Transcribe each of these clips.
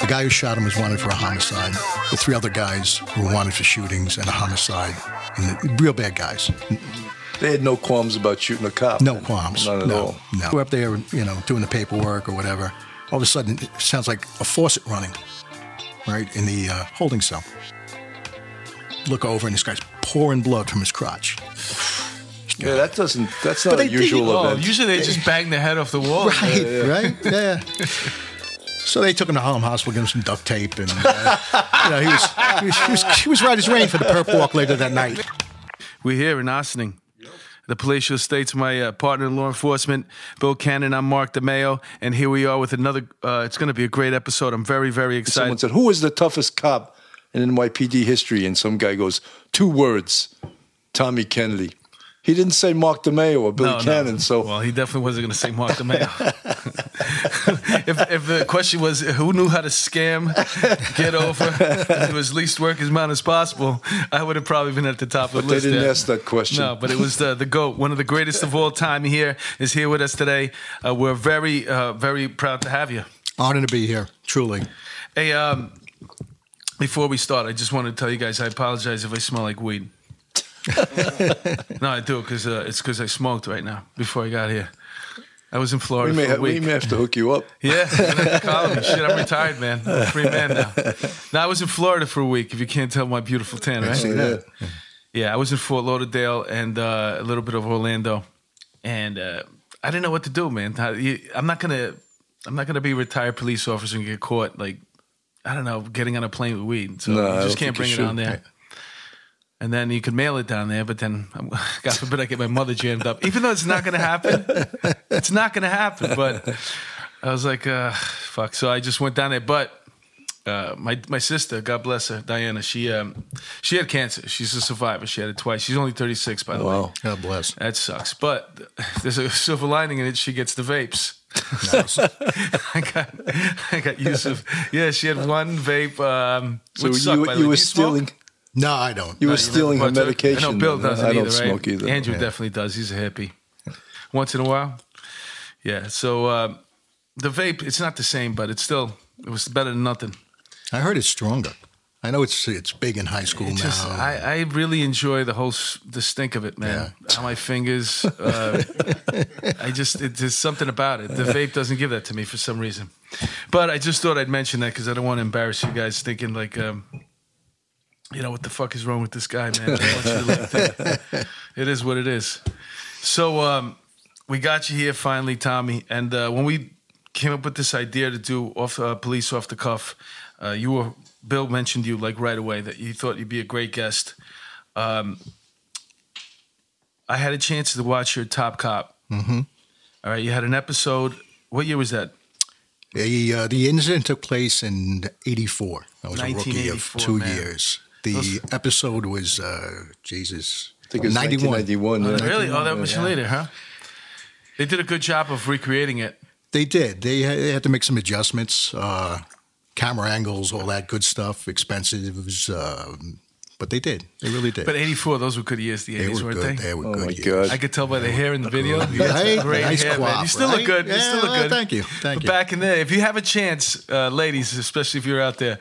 The guy who shot him was wanted for a homicide. The three other guys were wanted for shootings and a homicide. And the, real bad guys. They had no qualms about shooting a cop. No qualms. None at no, all. No. We're up there, you know, doing the paperwork or whatever. All of a sudden, it sounds like a faucet running, right, in the uh, holding cell. Look over, and this guy's pouring blood from his crotch. Yeah, that doesn't. That's not they a think- usual oh, event. Usually they just bang the head off the wall. Right, right, yeah. So they took him to Harlem Hospital, gave him some duct tape, and uh, you know, he was he was, he was he was right as rain for the perp walk later that night. We're here in Ossining. The palatial estates, my uh, partner in law enforcement, Bill Cannon. I'm Mark DeMeo, and here we are with another. Uh, it's going to be a great episode. I'm very, very Someone excited. said, "Who is the toughest cop in NYPD history?" And some guy goes, two words: Tommy Kennedy." He didn't say Mark DeMeo or Billy No, no. Cannon. So well, he definitely wasn't going to say Mark DeMeo. if, if the question was who knew how to scam, get over, do as least work as amount as possible, I would have probably been at the top of But the they list. didn't there. ask that question. No, but it was the the goat, one of the greatest of all time. Here is here with us today. Uh, we're very uh, very proud to have you. Honored to be here, truly. Hey, um, before we start, I just want to tell you guys I apologize if I smell like weed. no, I do because uh, it's because I smoked right now before I got here. I was in Florida we may for a ha- we week. may have to hook you up. yeah, call me. Shit, I'm retired, man. I'm a free man now. Now I was in Florida for a week. If you can't tell my beautiful tan, right? Oh, yeah. Yeah, I was in Fort Lauderdale and uh, a little bit of Orlando, and uh, I didn't know what to do, man. How- you- I'm not gonna, I'm not gonna be a retired police officer and get caught like, I don't know, getting on a plane with weed. So No, I you don't just can't think you bring should. it on there. And then you can mail it down there, but then um, God forbid I get my mother jammed up. Even though it's not gonna happen, it's not gonna happen. But I was like, uh, fuck. So I just went down there, but uh, my my sister, God bless her, Diana. She um she had cancer. She's a survivor. She had it twice. She's only 36, by the way. Wow. God bless. That sucks. But there's a silver lining in it. She gets the vapes. Nice. I got I got use of yeah. She had one vape. Um, So which sucked, you, by the you way. were Do smoke? stealing. No, I don't. You No, were stealing her Partook? medication. I know Bill and, uh, doesn't I either, don't smoke right? either. Andrew definitely does. He's a hippie. Once in a while, yeah. So uh, the vape, it's not the same, but it's still it was better than nothing. I heard it's stronger. I know it's it's big in high school It now. just, I, I really enjoy the whole s- the stink of it, man. On my fingers, uh, I just it, there's something about it. The vape doesn't give that to me for some reason. But I just thought I'd mention that because I don't want to embarrass you guys thinking like, um, you know, what the fuck is wrong with this guy, man? I want you to look at it. it is what it is. So um, we got you here finally, Tommy. And uh, when we came up with this idea to do off uh, police off the cuff, uh, you were Bill mentioned you like right away that you thought you'd be a great guest. Um, I had a chance to watch your Top Cop. Mm-hmm. All right, you had an episode. What year was that? The, uh, the incident took place in 84. I was a rookie of 1984, two man. years. The episode was, uh, Jesus, I think it was 1991. yeah. really? Oh, that much later, Uh-huh. huh? They did a good job of recreating it. They did. They had, they had to make some adjustments, uh, camera angles, all that good stuff, expensives. Um, but they did. They really did. But '84, those were good years. The they '80s, were not good. they? They were Oh good. my years. God. I could tell by the hair in the video. Right? Great nice hair, man. crop, You still right? look good. You still look Yeah, good. Thank you. Thank but you. back in there, if you have a chance, uh, ladies, especially if you're out there,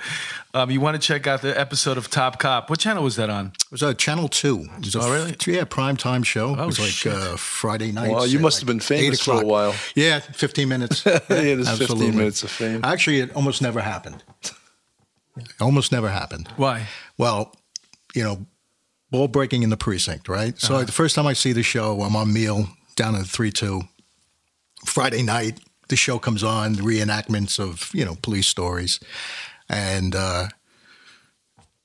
um, you want to check out the episode of Top Cop. What channel was that on? it was uh, Channel 2. It was a Oh, really? f- yeah, prime time show. Oh, it was like shit. Uh, Friday night. Wow, you must have been famous for a while. Yeah, 15 minutes. Yeah, there's 15 Absolutely. minutes of fame. Actually, it almost never happened. It almost never happened. Why? Well, you know, ball breaking in the precinct, right? So Uh-huh. the first time I see the show, I'm on meal down at 3 2. Friday night, the show comes on, the reenactments of, you know, police stories. And, uh,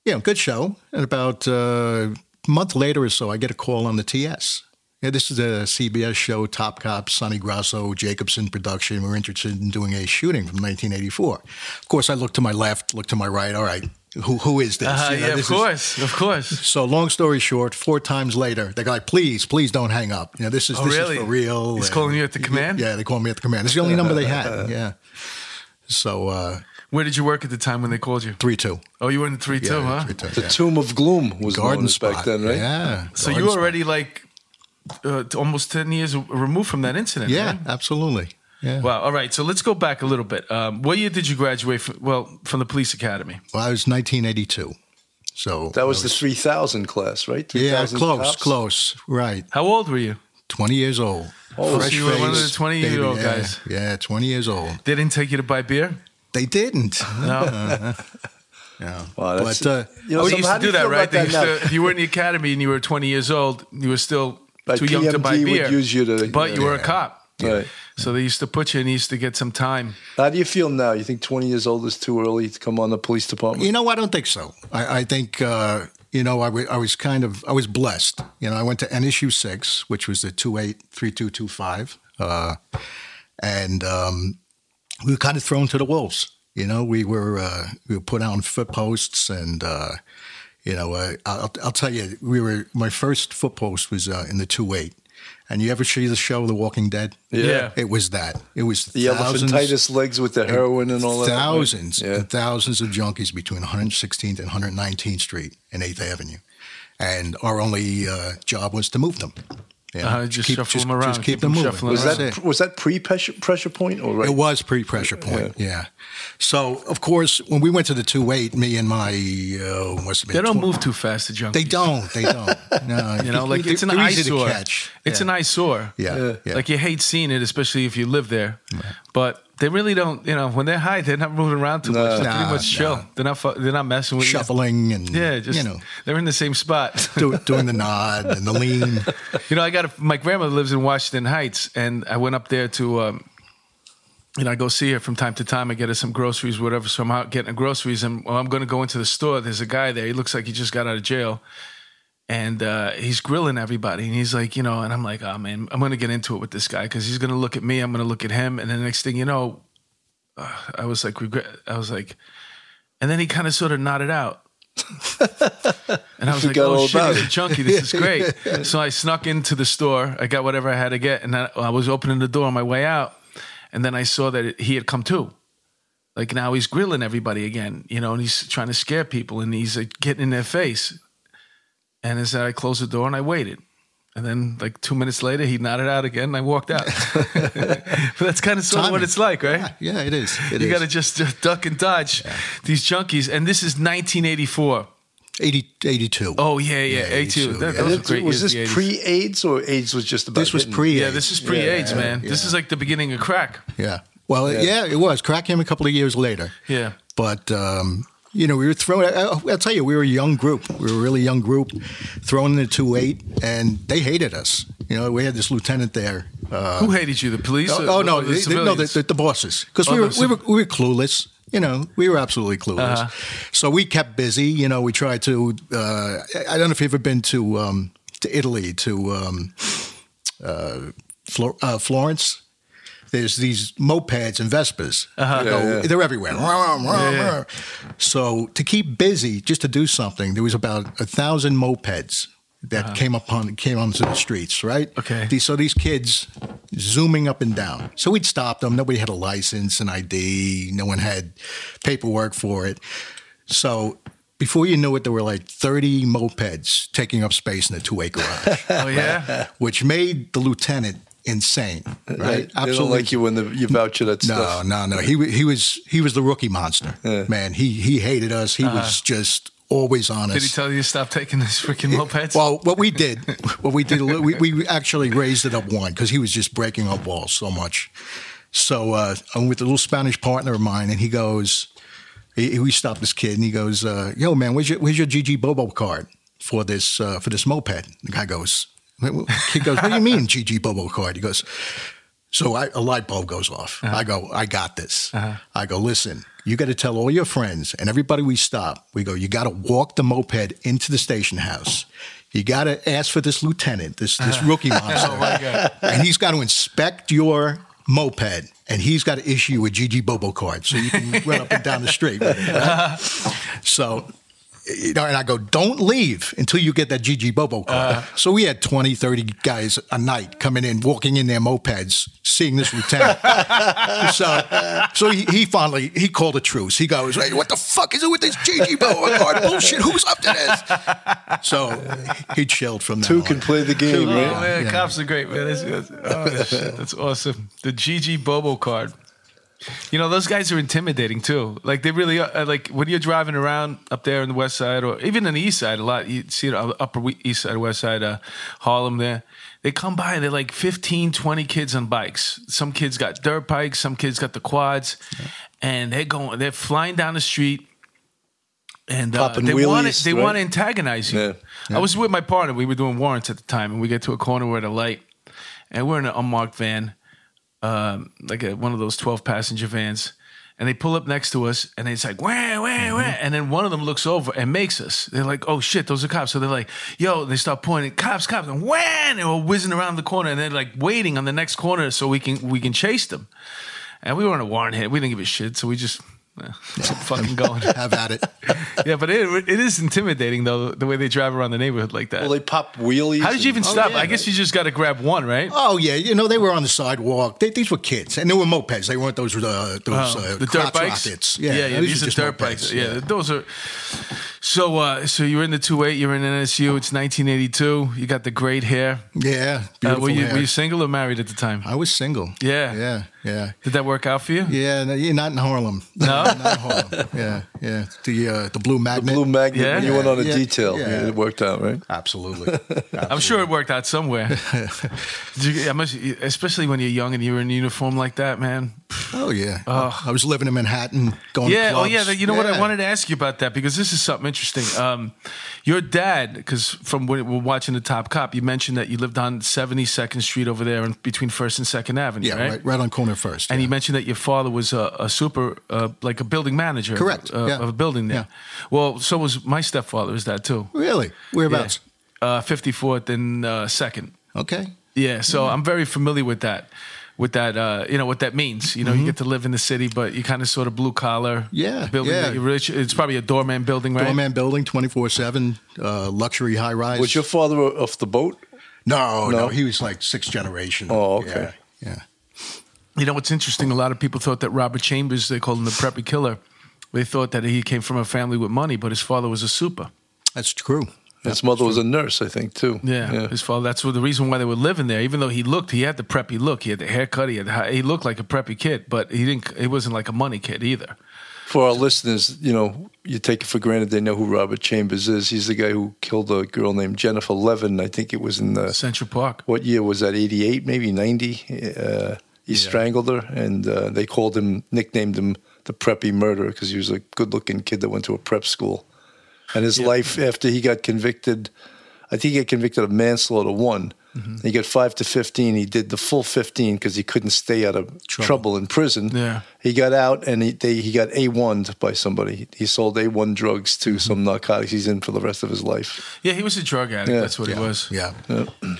you know, good show. And about uh, a month later or so, I get a call on the TS. Yeah, this is a CBS show, Top Cop, Sonny Grasso, Jacobson production. We're interested in doing a shooting from 1984. Of course, I look to my left, look to my right. All right, who, who is this? Uh, You know, yeah, of this is- course, of course. so long story short, four times later, they're like, please, please don't hang up. You know, this is, Oh, this really? is for real. He's And- calling you at the command? Yeah, they called me at the command. It's the only number they had. Yeah. So uh, Where did you work at the time when they called you? 3 2. Oh, you were in the three Yeah, two, huh? 3-2, The yeah. Tomb of Gloom was known Garden as spot. back then, right? Yeah. So Garden you were spot. already like uh, t- almost ten years removed from that incident. Yeah, right? absolutely. Yeah. Wow. All right. So let's go back a little bit. Um, what year did you graduate? From, well, from the police academy. Well, I was 1982. So That was I the 3,000 class, right? yeah, 3,000 close, cops? close, right. How old were you? 20 years old. Oh, so you were one of the faced 20-year-old baby, yeah, guys. Yeah, 20 years old. They didn't take you to buy beer. They didn't. No. Yeah. Wow, that's- but uh, You know, Oh, so they used how to you do that, feel right? about They used now? to, if you were in the academy and you were 20 years old, you were still Like too young to buy PMD would beer. use you to- but you were a Yeah. cop. Right. So they used to put you and you used to get some time. How do you feel now? You think 20 years old is too early to come on the police department? You know, I don't think so. I, I think, uh, you know, I wa- I was kind of, I was blessed. You know, I went to NSU 6, which was the 283225. Uh, and um, we were kind of thrown to the wolves. You know, we were, uh, we were put on foot posts and, uh, you know, uh, I'll, I'll tell you, we were, my first foot post was uh, in the 28. And you ever see the show The Walking Dead? Yeah. It was that. It was The thousands- elephantitis legs with the heroin and all that. right? thousands Yeah. and thousands of junkies between 116th and 119th Street and 8th Avenue. And our only uh, job was to move them. Yeah. Uh, just shuffle them around, Just keep, keep them them moving. shuffling Was That's around. it. that, was that pre pressure point or right? It was pre pressure point, yeah. So, of course, when we went to the 2 8, me and my, uh, must have been They don't 20 move too fast, the junkies. They don't. They don't. No, You know, like they're- it's an they're eyesore. Easy to catch. It's yeah. an eyesore. Yeah. yeah. Like you hate seeing it, especially if you live there. But they really don't. You know, when they're high, they're not moving around too much. They're pretty Nah, much chill. nah. They're not. fu- They're not messing with shuffling and, you. Yeah, just you know, they're in the same spot. do, doing the nod and the lean. You know, I got a, my grandmother lives in Washington Heights, and I went up there to, um, you know, I go see her from time to time. I get her some groceries, whatever. So I'm out getting her groceries, and well, I'm going to go into the store. There's a guy there. He looks like he just got out of jail, and uh, he's grilling everybody. And he's like, you know, and I'm like, oh man, I'm going to get into it with this guy because he's going to look at me. I'm going to look at him, and the next thing you know, uh, I was like, regret. I was like, and then he kind of sort of nodded out. And I was like, Forgot all "Oh shit, about he's a it." junkie. This is great." so I snuck into the store. I got whatever I had to get, and I, I was opening the door on my way out, and then I saw that he had come too. Like now he's grilling everybody again, you know, and he's trying to scare people, and he's like getting in their face. And as I closed the door, and I waited. And then, like two minutes later, he nodded out again, and I walked out. but that's kind of sort of what Timing. it's like, right? Yeah, it is. It You is. got to just uh, duck and dodge these junkies. And this is 1984. 80, 82. Oh, yeah, yeah, Yeah, 82. 82, yeah. That, Those And are it- great was years, this the 80s. pre AIDS or AIDS was just about this was hitting? pre. Yeah, this is pre AIDS, man. This is like the beginning of crack. Yeah. Well, yeah. it was. Crack came a couple of years later. Yeah. But, um, you know, we were thrown, I, I'll tell you, we were a young group. We were a really young group, thrown into 2 8, and they hated us. You know, we had this lieutenant there. Uh, Who hated you? The police? or oh, no, the they- they- no, the, civilians? the, the bosses. Because Oh, we, the were, we, were, we were clueless. You know, we were absolutely clueless. Uh-huh. So we kept busy. You know, we tried to, uh, I- I don't know if you've ever been to, um, to Italy, to um, Flor- uh, Florence. There's these mopeds and Vespas. Uh-huh. They go- Yeah, yeah. They're everywhere. Rawr, rawr, Yeah. rawr. So to keep busy, just to do something, there was about a thousand mopeds that Uh-huh. came upon came onto the streets. Right. Okay. These, so these kids zooming up and down. So we'd stop them. Nobody had a license, an ID. No one had paperwork for it. So. Before you knew it, there were like 30 mopeds taking up space in a two-way garage oh, yeah. which made the lieutenant insane. Right? Right? They don't like you when the, you voucher that No, stuff. no, no. He wa- he was he was the rookie monster. Man, he he hated us. He Uh-huh. was just always on us. Did he tell you to stop taking these freaking mopeds? well, what we did, what we did, we, we actually raised it up one because he was just breaking our balls so much. So uh, I'm with a little Spanish partner of mine, and he goes, he, he- we stopped this kid, and he goes, uh, "Yo, man, where's your where's your GG Bobo card for this uh, for this moped?" The guy goes, "Kid goes, what do you mean GG Bobo card?" He goes, so I, a light bulb goes off. I go, I got this. I go, listen, you got to tell all your friends and everybody we stop, we go, you got to walk the moped into the station house. You got to ask for this lieutenant, this, this rookie monster. And he's got to inspect your moped and he's got to issue you a GG Bobo card so you can run up and down the street. with it, right? So you know, and I go, don't leave until you get that Gigi Bobo call. so we had 20, 30 guys a night coming in, walking in their mopeds, seeing this lieutenant. so so he, he finally, he called a truce. He goes, hey, what the fuck is it with this Gigi Bobo card bullshit? Who's up to this? So he chilled from that Two can play the game, Oh right? man, Yeah. cops are great, man. That's, that's, oh, shit, that's awesome. The GG Bobo card. You know, those guys are intimidating too. Like they really are. uh, Like when you're driving around up there in the West Side, or even in the East Side, a lot you see the Upper we- East Side, West Side, uh, Harlem. There, they come by and they're like 15, 20 kids on bikes. Some kids got dirt bikes, some kids got the quads, and they're going, they're flying down the street. And uh, Popping they want wheelies, to, they right? want to antagonize you. Yeah. I was with my partner. We were doing warrants at the time, and we get to a corner where the light, and we're in an unmarked van, um, like a, one of those twelve passenger vans, and they pull up next to us, and it's like wah wah wah, and then one of them looks over and makes us. They're like, oh shit, those are cops. So they're like, yo, they start pointing, cops, cops, and wah, and we're whizzing around the corner, and they're like waiting on the next corner so we can we can chase them. And we weren't a warrant hit. We didn't give a shit, so we just. eh, kept fucking going. Have at it. Yeah, but it, it is intimidating though the way they drive around the neighborhood like that. Well, they pop wheelies. How did you even and- stop? Oh, yeah. I guess you just got to grab one, right? Oh yeah, you know they were on the sidewalk. They, these were kids, and they were mopeds. They weren't those uh, those Oh, uh, the dirt crotch bikes. rockets. yeah, yeah. These, just are dirt mopeds. bikes. Yeah, those are. So, uh, so you're in the 28. You're in NSU. It's 1982. You got the great hair. yeah. Uh, Beautiful were you hair. were you single or married at the time? I was single. Yeah. yeah, yeah, Did that work out for you? yeah. No, yeah not in Harlem. No? not in Harlem. Yeah, yeah. The uh, the blue magnet. Blue magnet. Yeah. when you went on a Yeah. detail. Yeah. Yeah, It worked out, right? Absolutely. I'm sure it worked out somewhere. Did you- I must- especially when you're young and you're in uniform like that, man. Oh yeah. I was living in Manhattan, going. Yeah. To Oh, clubs. yeah. You know what? I Yeah. wanted to ask you about that because this is something interesting. Um, your dad, because from when we're watching the Top Cop, you mentioned that you lived on 72nd Street over there in between First and Second Avenue, Yeah, right? right, right on corner first. And yeah. you mentioned that your father was a, a super, uh, like a building manager, of- Correct, uh, yeah. of a building there. Well, so was my stepfather. Was that too? really whereabouts? Uh, 54th and uh, Second. Okay. Yeah, so Mm-hmm. I'm very familiar with that, with that, uh, you know, what that means. You know, you get to live in the city, but you kind of sort of blue collar, Mm-hmm. Yeah, building. yeah. That you're rich. It's probably a doorman building, right? Doorman building, twenty four seven, uh, luxury high rise. Was your father off the boat? No, no, No? he was like sixth generation. Oh, okay. Yeah. yeah. You know, what's interesting. A lot of people thought that Robert Chambers, they called him the preppy killer. They thought that he came from a family with money, but his father was a super. That's true. His mother was a nurse, I think, too. Yeah, his father. That's what the reason why they were living there. Even though he looked, he had the preppy look. He had the haircut. He had the, hi- he looked like a preppy kid, but he didn't. He wasn't like a money kid either. For our listeners, you know, you take it for granted they know who Robert Chambers is. He's the guy who killed a girl named Jennifer Levin. I think it was in the Central Park. what year was that? Eighty-eight, maybe ninety. Uh, he strangled her, and uh, they called him, nicknamed him the preppy murderer because he was a good-looking kid that went to a prep school. And his life after he got convicted, I think he got convicted of manslaughter one. He got five to fifteen. He did the full fifteen because he couldn't stay out of trouble, in prison. Yeah. he got out and he they, he got a one'd by somebody. He sold a one drugs to some narcotics. He's in for the rest of his life. Uh, Yeah, he was a drug addict. Yeah. That's what yeah. he was. Yeah.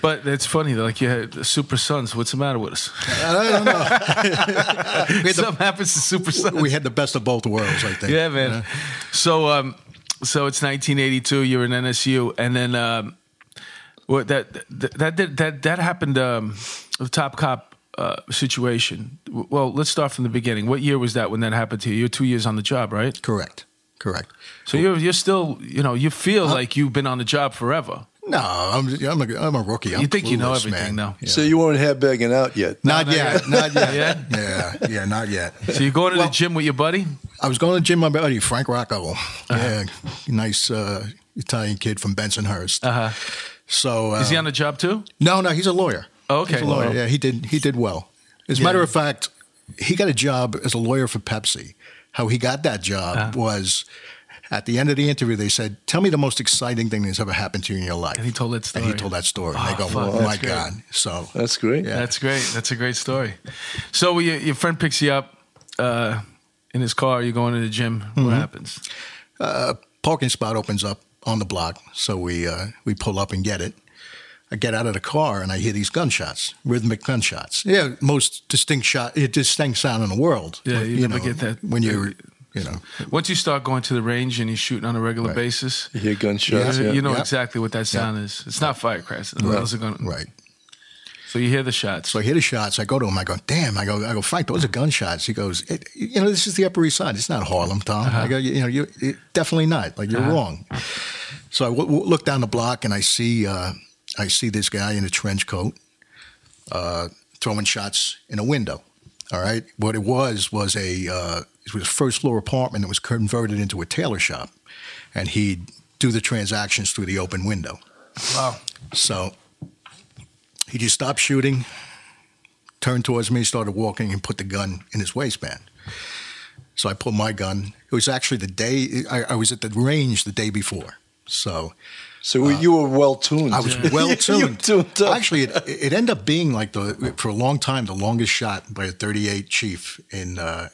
But it's funny, like you had super sons. What's the matter with us? I don't know. Something happens to super sons. we had the best of both worlds, I think. yeah, man. So, um, so it's 1982. You're in NSU, and then um, what that that that that that, that happened. Um, the Top Cop uh, situation. W- Well, let's start from the beginning. What year was that when that happened to you? You're two years on the job, right? Correct. Correct. So you're you're still you know you feel like you've been on the job forever. No, I'm I'm a, I'm a rookie. I'm You think you know clueless, man. everything, though. Yeah. So you weren't hairbagging out yet. not, No, not yet. yet. Not yet. Yeah. yeah. Yeah. Not yet. So you're going to the gym with your buddy. I was going to the gym, my buddy Frank Rocco. Uh-huh. Yeah. Nice uh, Italian kid from Bensonhurst. Uh-huh. So uh, Is he on the job too? no, no, he's a lawyer. Oh, okay. He's a lawyer. Yeah, he did. He did well. As a matter of fact, he got a job as a lawyer for Pepsi. How he got that job Uh-huh. was at the end of the interview. They said, "Tell me the most exciting thing that's ever happened to you in your life." And he told that And he story. told that story. Oh, they go, fuck, "Oh my that's god!" great. So That's great. Yeah. That's great. That's a great story. So your, your friend picks you up uh, in his car. You're going to the gym. Mm-hmm. What happens? parking spot opens up on the block, so we uh, we pull up and get it. I get out of the car and I hear these gunshots, rhythmic gunshots. Yeah, most distinct shot, eh, distinct sound in the world. Yeah, you never know, get that- when you're. you know. Once you start going to the range and you're shooting on a regular Right. basis, You hear gunshots. you- Yeah. you know Yeah. exactly what that sound is. It's not firecrackers. Those are gonna- Right. So you hear the shots. So I hear the shots. I go to him. I go, damn. I go, I go, Frank, those are gunshots. He goes, it, you know, this is the Upper East Side. It's not Harlem, Tom. I go, you know, you it, definitely not. Like you're wrong. So I w- w- look down the block and I see, uh, I see this guy in a trench coat uh, throwing shots in a window. All right. What it was was a uh, it was a first floor apartment that was converted into a tailor shop, and he'd do the transactions through the open window. wow. So he just stopped shooting, turned towards me, started walking, and put the gun in his waistband. So I pulled my gun. It was actually the day I, I was at the range the day before. So So you were well tuned. uh, I was well You tuned. tuned up. Actually, it, it ended up being like the for a long time the longest shot by a 38 chief in uh,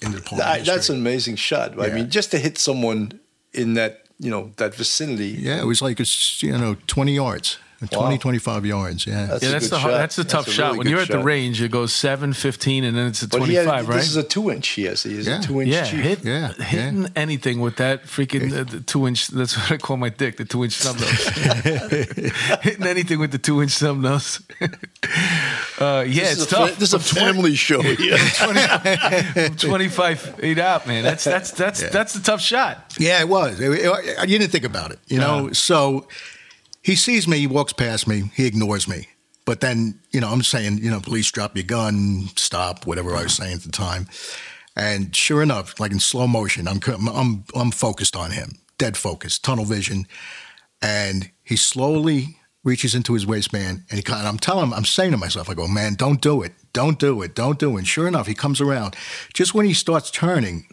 in the department. I, history. that's an amazing shot. I Yeah. mean, just to hit someone in that you know that vicinity. yeah, it was like it's you know 20 yards, 20 25 yards. Yeah, That's Yeah, a that's good the hard, shot. that's the That's tough a really shot. when good you're at the shot. range, it goes 7, 15, and then it's a But he had, 25, right? This is a two inch he has. He has Yeah. a two inch yeah, chief. hit, Yeah, yeah. hitting anything with that freaking uh, the two inch. That's what I call my dick, the two inch thumb nose. hitting anything with the two inch thumb nose. uh, yeah, this it's is tough. A, fa- this is a family show. here. Twenty five feet out, man. That's that's that's that's the tough shot. Yeah, it was. It- it- you didn't think about it, you know. Uh-huh. So he sees me, he walks past me, he ignores me. But then, you know, I'm saying, you know, police drop your gun, stop, whatever I was saying at the time. And sure enough, like in slow motion, I'm co- I'm I'm focused on him, dead focused, tunnel vision, and he slowly reaches into his waistband and he kind I'm telling him, I'm saying to myself, I go, man, don't do it, don't do it, don't do it. And sure enough, he comes around. Just when he starts turning,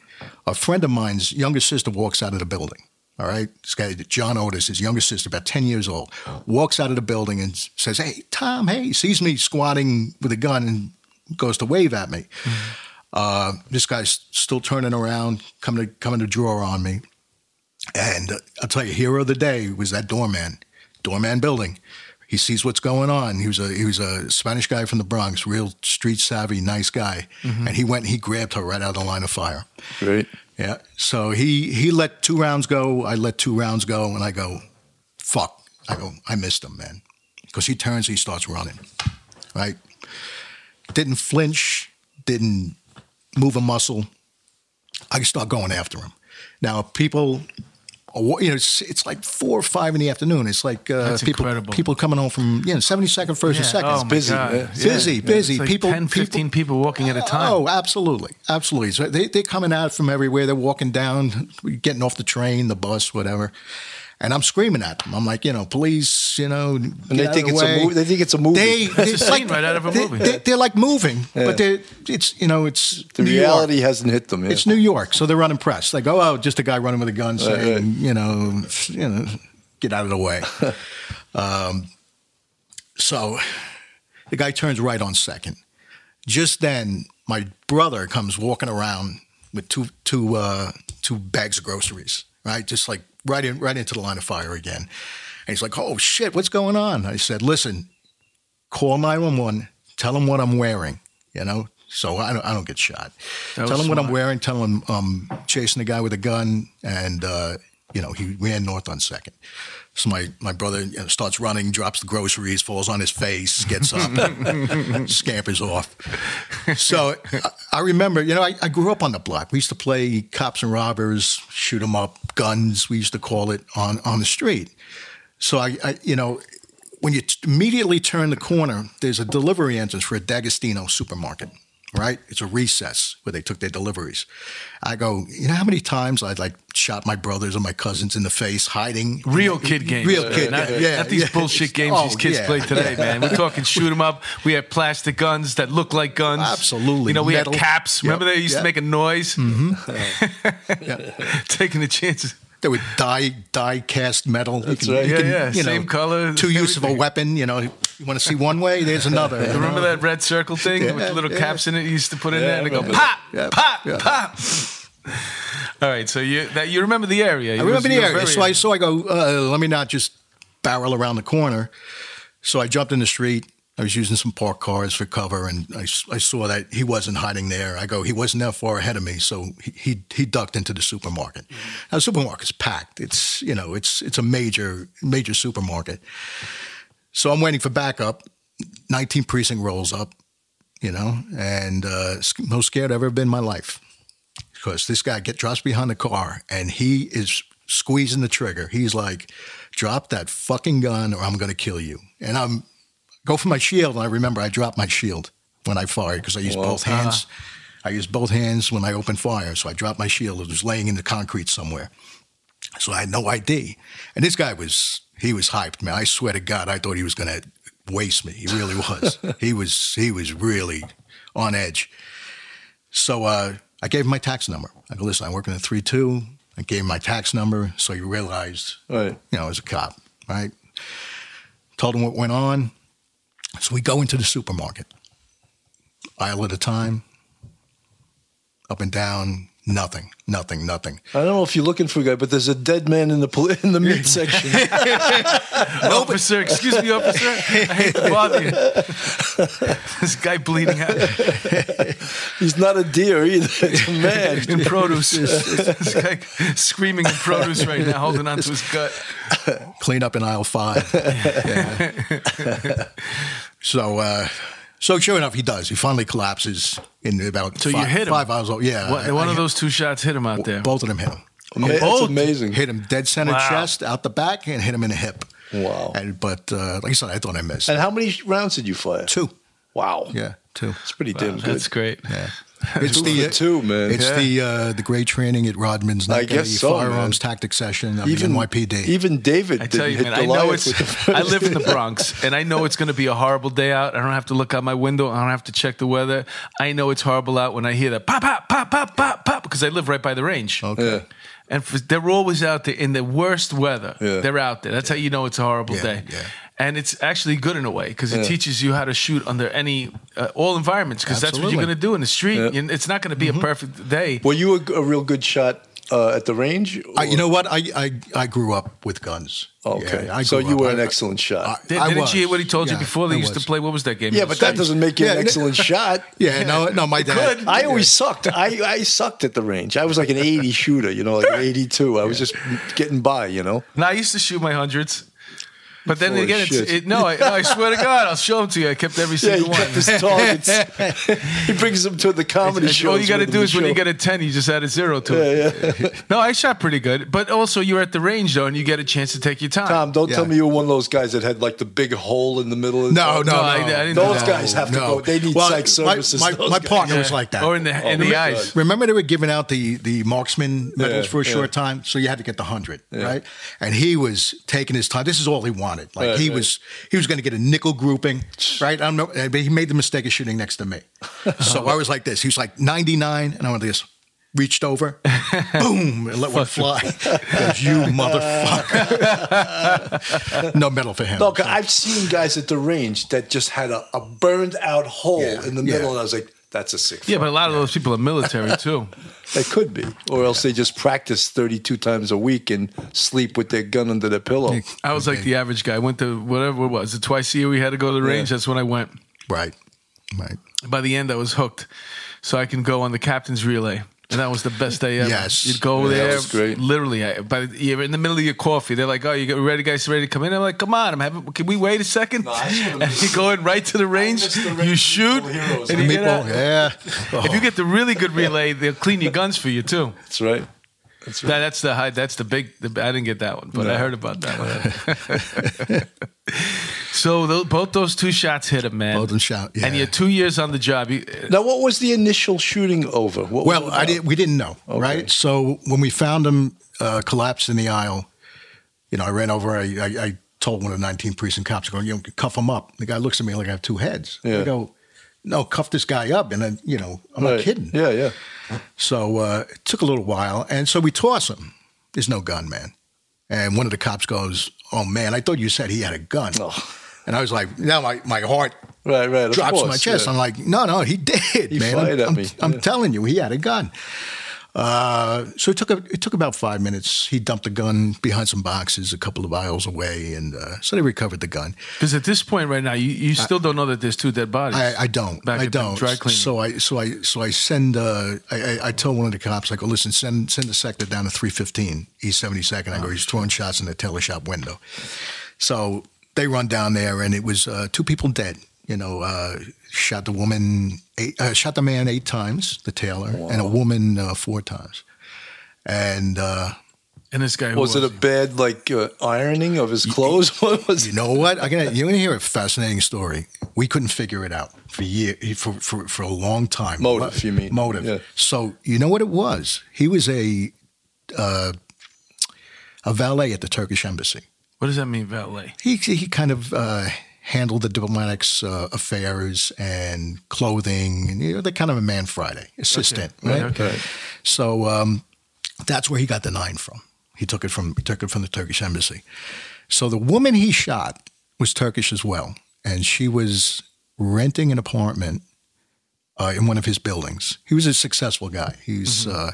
a friend of mine's younger sister walks out of the building. All right, this guy John Otis, his younger sister, about ten years old, walks out of the building and says, "Hey, Tom, hey!" Sees me squatting with a gun and goes to wave at me. Uh, this guy's still turning around, coming to coming to draw on me. And uh, I'll tell you, hero of the day was that doorman, doorman building. He sees what's going on. He was a he was a Spanish guy from the Bronx, real street savvy, nice guy. And he went and he grabbed her right out of the line of fire. Right. Yeah. So he he let two rounds go. I let two rounds go, and I go, fuck. I go, I missed him, man, because he turns, he starts running, right? Didn't flinch, didn't move a muscle. I start going after him. Now people. are wa- You know, it's, it's like four or five in the afternoon. It's like uh, That's people incredible. people coming home from you know seventy second, first and second. oh It's my busy, God. yeah. Busy, busy. It's like People- 10, people- 15 people walking at a time. Oh, absolutely, absolutely. So they they're coming out from everywhere. They're walking down, getting off the train, the bus, whatever. And I'm screaming at them. I'm like, you know, police, you know, and And they think it's a movie. They think it's a movie. They, That's it's a scene right out of a they, movie. They, are like moving, Yeah. but they it's you know it's the New reality York. hasn't hit them. Yeah. It's New York, so they're unimpressed. Like, oh, oh, just a guy running with a gun, saying, right. you know, you know, get out of the way. um, so the guy turns right on second. Just then, my brother comes walking around with two two uh, two bags of groceries, right? Just like right in right into the line of fire again. And he's like, "Oh shit, what's going on?" I said, "Listen, call 911, tell them what I'm wearing, you know, so I don't, I don't get shot. That tell was them what I'm smart. wearing, tell them I'm chasing a guy with a gun, and, uh, you know, he ran north on second. So my, my brother you know, starts running, drops the groceries, falls on his face, gets up, scampers off. So I, I remember, you know, I, I grew up on the block. We used to play cops and robbers, shoot 'em up, guns, we used to call it, on, on the street. So I, I you know, when you t- immediately turn the corner, there's a delivery entrance for a D'Agostino supermarket, right? It's a recess where they took their deliveries. I go, you know how many times I'd like shot my brothers or my cousins in the face hiding? Real kid games. Real man. kid, Not, yeah, not these yeah. bullshit games Oh, these kids yeah, play today, man. We're talking shoot 'em up. We had plastic guns that look like guns. Absolutely. You know, we Metal. had Yep. caps. Remember they used Yeah. to make a noise? Yeah. Taking the chances. They would die, die cast metal. You That's right. you Yeah, yeah, same color, Two use of a everything. weapon. You know, you want to see one way, there's another. you Remember know? that red circle thing Yeah, with the little yeah. caps in it you used to put in there and they go Yeah, pop, yeah, pop, yeah. pop. All right, so you that you remember the area. I remember the area. So I, so I go, uh, let me not just barrel around the corner. So I jumped in the street I was using some parked cars for cover, and I, I saw that he wasn't hiding there. I go, he wasn't that far ahead of me, so he he, he ducked into the supermarket. Now, the supermarket's packed. It's you know, it's it's a major major supermarket. So I'm waiting for backup. 19 precinct rolls up, you know, and uh, sc- most scared I've ever been in my life because this guy get drops behind the car and he is squeezing the trigger. He's like, "Drop that fucking gun, or I'm going to kill you." And I'm go for my shield. And I remember I dropped my shield when I fired because I used both hands. I used both hands when I opened fire, so I dropped my shield. It was laying in the concrete somewhere, so I had no ID. And this guy was he was hyped, man. I swear to God, I thought he was going to waste me. He really was. he was he was really on edge. So uh, I gave him my tax number. I go, listen, I work in a 3 2. I gave him my tax number. So he realized, uh, Right. you know, I was a cop, right? Told him what went on. So we go into the supermarket, aisle at a time, up and down, nothing, nothing, nothing. I don't know if you're looking for a guy, but there's a dead man in the poli- in the meat section. officer, excuse me, officer. I hate to bother you. this guy bleeding out He's not a deer either. It's a man. in produce. this guy screaming in produce right now, holding onto his gut. clean up in aisle five. Yeah. so, uh, so sure enough, he does. He finally collapses in about So you five, hit him. five hours old. Yeah, One, I- one I of hit- those two shots hit him out there. Both of them hit him. Ama- It's Both. Oh, amazing. Hit him dead center Wow. chest, out the back, and hit him in the hip. Wow. And, but uh, like I said, I thought I missed And how many rounds did you fire? two. Wow. Yeah, two. It's pretty damn good. That's great. It's uh, Two for two, man. It's Yeah. the uh, the great training at Rodman's. I NYPD guess so, man. Firearms tactics session of Even the NYPD. Even David I didn't tell you, hit man, the I know it's. I live in the Bronx, and I know it's going to be a horrible day out. I don't have to look out my window. I don't have to check the weather. I know it's horrible out when I hear that pop, pop, pop, pop, pop, pop, because I live right by the range. okay. Yeah. And for, they're always out there in the worst weather. Yeah. They're out there. That's how you know it's a horrible Yeah, day. yeah. And it's actually good in a way because it teaches you how to shoot under any uh, all environments because that's what you're Absolutely. going to do in the street. And It's not going to be a perfect day. Were you a, a real good shot uh, at the range? I, you or- know what? I, I I grew up with guns. Okay. Yeah, I so grew you up. were I- an excellent shot. I- Did, I didn't was. you hear what he told Yeah, you before? They I used to was. play. What was that game? yeah, in the but that streets? doesn't make you an Yeah, excellent shot. Yeah, no, no, my dad. could. I always sucked. I, I sucked at the range. I was like an 80 shooter, you know, like an 82. I was just getting by, you know. No, I used to shoot my hundreds. But then Full of again, it's, shit. it, no, I, no, I swear to God, I'll show them to you. I kept every Yeah, he single kept his one. targets. he brings them to the comedy show. All you got to do is when you get a 10, you just add a zero to it. no, I shot pretty good. But also, you're at the range, though, and you get a chance to take your time. Tom, don't Yeah. tell me you were one of those guys that had like the big hole in the middle. Of No, no, the no. I- I didn't Those do that. guys have to go. They need Well, psych services. My, my, Those my guys. partner Yeah. was like that. Or in the, in the Oh, my eyes. Remember, they were giving out the the marksman medals Yeah, for a yeah. short time, so you had to get the hundred, right? And he was taking his time. This is all he wanted. Like Right, he right. was he was going to get a nickel grouping, right? I don't know, but he made the mistake of shooting next to me. So I was like this. He was like ninety nine, and I went like this. Reached over, boom, and let one fly. Goes, you motherfucker! no medal for him. No, 'cause I've seen guys at the range that just had a, a burned out hole Yeah, in the middle, yeah. and I was like, "That's a sick." Yeah, fuck. but a lot of those people are military, too. They could be, or else they just practice thirty-two times a week and sleep with their gun under their pillow. I was like the average guy. I went to whatever it was. The twice a year we had to go to the range. That's when I went. right, right. By the end, I was hooked. So I can go on the captain's relay. And that was the best day ever. Yes. You'd go Yeah, that there. was great. Literally, I, by the, you're in the middle of your coffee. They're like, oh, you got- ready, guys? Ready to come in? I'm like, come on. I'm having, can we wait a second? No, I should've and missed you go in right to the range. missed the you range shoot. with heroes. And you get Meatball, out. yeah. If you get the really good relay, they'll clean your guns for you, too. That's right. That's right. That, that's the high. That's the big. The, I didn't get that one, but I heard about that one. so tho- both those two shots hit him, man. Both them shot, And yeah. you're two years on the job. You, Now, what was the initial shooting over? What was it Well, I about? didn't. We didn't know, right? So when we found him uh, collapsed in the aisle, you know, I ran over. I, I, I told one of the 19 precinct cops, "Going, you know, cuff him up." The guy looks at me like I have two heads. Yeah. I go, "No, cuff this guy up," and then you know, I'm Right. not kidding. Yeah, yeah. So uh, it took a little while, and so we toss him. There's no gun, man. And one of the cops goes, "Oh man, I thought you said he had a gun." Oh. And I was like, now my, my heart Right, right. Of drops course, my chest. yeah. I'm like, no, no, he did, He man. I'm, fired at I'm- me. I'm Yeah. telling you, he had a gun. Uh, so it took a, it took about five minutes. He dumped the gun behind some boxes, a couple of aisles away, and uh, so they recovered the gun. Because at this point, right now, you, you still don't know that there's two dead bodies. I, I don't. Back I at the don't. dry cleaning. So I so I so I send. Uh, I, I I tell one of the cops I go listen send send the sector down to three fifteen East seventy second. I go he's throwing shots in the tailor shop window. So they run down there and it was uh, two people dead. You know, uh, shot the woman eight, uh, shot the man eight times, the tailor, and a woman uh, four times. And uh, and this guy who Was it a he? bad like uh, ironing of his clothes? What was you know what? I gotta, you're gonna hear a fascinating story. We couldn't figure it out for year for for, for a long time. Motive, What- you mean. Motive. Yeah. So you know what it was? He was a uh, a valet at the Turkish embassy. What does that mean, valet? He he kind of uh, handled the diplomatics uh, affairs and clothing, and you know, they're kind of a man Friday assistant, right? Okay. So um, that's where he got the nine from. He took it from he took it from the Turkish embassy. So the woman he shot was Turkish as well, and she was renting an apartment uh, in one of his buildings. He was a successful guy. He's Mm-hmm. uh,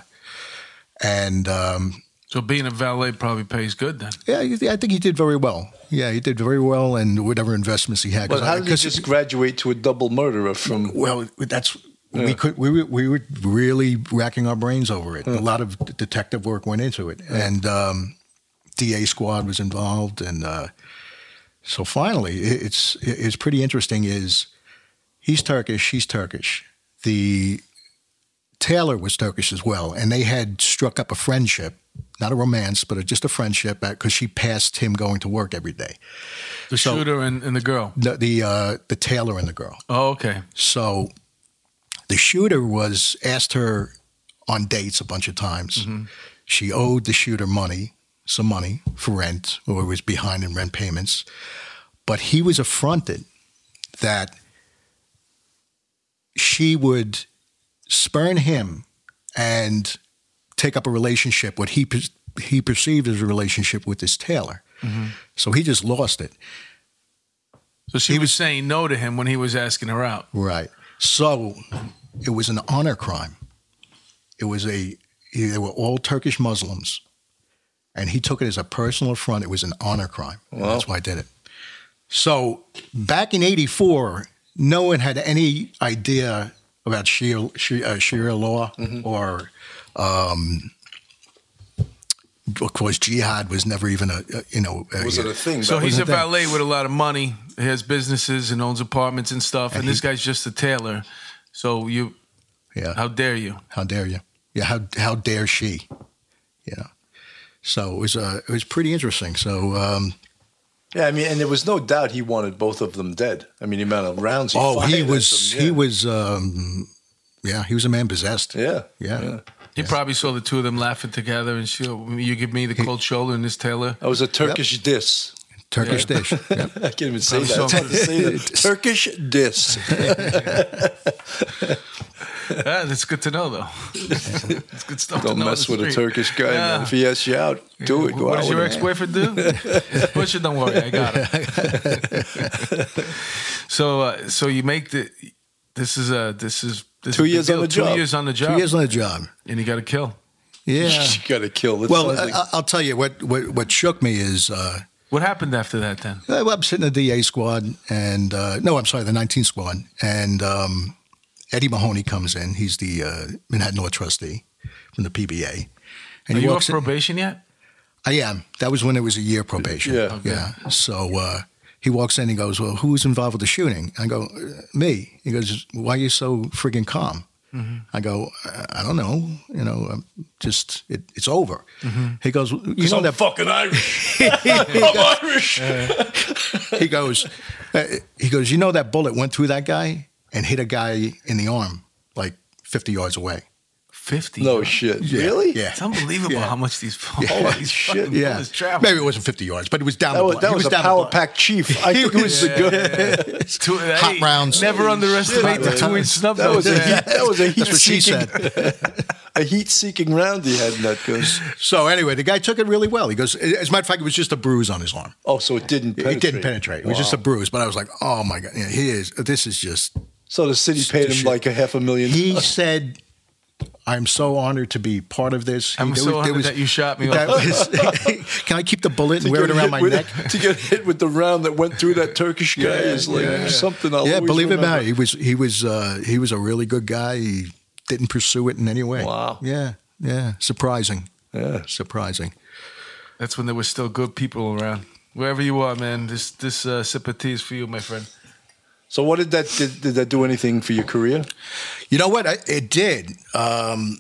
and um, So being a valet probably pays good then. yeah, he- I think he did very well. Yeah, he did very well, and whatever investments he had. But 'cause how I- did you 'cause- just graduate to a double murderer from? well, that's we could we were, we were really racking our brains over it. A lot of d- detective work went into it, and um, DA squad was involved, and uh, so finally, it, it's it- it's pretty interesting. Is he's Turkish, she's Turkish. The Taylor was Turkish as well, and they had struck up a friendship. Not a romance, but a, just a friendship because she passed him going to work every day. The So- shooter and, and the girl. The the, uh, the tailor and the girl. Oh, okay. So the shooter was asked her on dates a bunch of times. She owed the shooter money, some money for rent, or was behind in rent payments. But he was affronted that she would spurn him and take up a relationship, what he per- he perceived as a relationship with this tailor. So he just lost it. So she was saying no to him when he was asking her out. Right. So it was an honor crime. It was a, they were all Turkish Muslims. And he took it as a personal affront. It was an honor crime. And That's why I did it. So back in 84, no one had any idea about Sharia, Shia- uh, Sharia law Mm-hmm. or, um, of course, jihad was never even a, a- you know, a- Was it a thing? So back he's a wasn't that- valet with a lot of money. He has businesses and owns apartments and stuff. And, this guy's just a tailor. So you, yeah. how dare you? How dare you? Yeah, how how dare she? You know. So it was uh, it was pretty interesting. So um, Yeah, I mean, and there was no doubt he wanted both of them dead. I mean, the amount of rounds. He oh, fired he at was them, he yeah. was um, yeah he was a man possessed. Yeah, Yeah. He probably saw the two of them laughing together, and she, you give me the cold shoulder and this tailor. That was a Turkish diss. Turkish Yeah. dish. Yep. I can't even say Probably that. It's so hard to say that. Turkish diss. Ah, that's good to know, though. it's good stuff. to Don't know on mess the with a street. Turkish guy, man. Yeah. If he asks you out, do it. Go what out with does your him. ex-boyfriend do? Butcher, don't worry, I got it. so, uh, so you make the. This is a. This is this Two is a years big on deal. the Two job. years on the job, Two years on the job. and you got to kill. Yeah. You got to kill. That Well, sounds like- I, I'll tell you what, what what shook me is uh, What happened after that? Then Uh, well, I'm sitting in the DA squad, and uh, no, I'm sorry, the 19 squad, and um, Eddie Mahoney comes in. He's the uh, Manhattan Law Trustee from the PBA, and are you off in- probation yet? I am. Uh, That was when it was a year probation. Yeah. yeah. So uh, he walks in. He goes, "Well, who was involved with the shooting?" I go, "Uh, "Me." He goes, "Why are you so friggin' calm?" I go, "I I don't know. You know, I'm just it, it's over." He goes, "You know I'm that fucking Irish. uh, I'm Irish. he goes, uh, he goes, you know that bullet went through that guy and hit a guy in the arm like 50 yards away. Fifty. No shit. Really? Yeah. It's unbelievable how much these phones, these shit, fucking Yeah. bullets travel. Maybe it wasn't 50 yards, but it was down That the was, block. that He was, a down the power block. pack chief. I think it was the good. Two- Hot rounds. Never underestimate the man. two-inch snub That was a nose, man. heat, that was a heat That's what she seeking said. a heat seeking round he had in that goes. So anyway, the guy took it really well. He goes, as a matter of fact, it was just a bruise on his arm. Oh, so it didn't penetrate. It didn't penetrate. It was just a bruise. But I was like, oh my God, yeah, he is, this is just So the city paid him Shit. like a half a million. He said, I'm so honored to be part of this. I'm so honored that you shot me that off. was- can I keep the bullet and wear it get around hit my with- neck? to get hit with the round that went through that Turkish guy is like something. I'll yeah, always believe it or not, remember. he was he was uh, he was a really good guy. He didn't pursue it in any way. Wow. Yeah, yeah, surprising, Yeah. surprising. That's when there were still good people around. Wherever you are, man, this this uh, sympathy is for you, my friend. So what did that did, did that do anything for your career? You know what? I, it did. Um,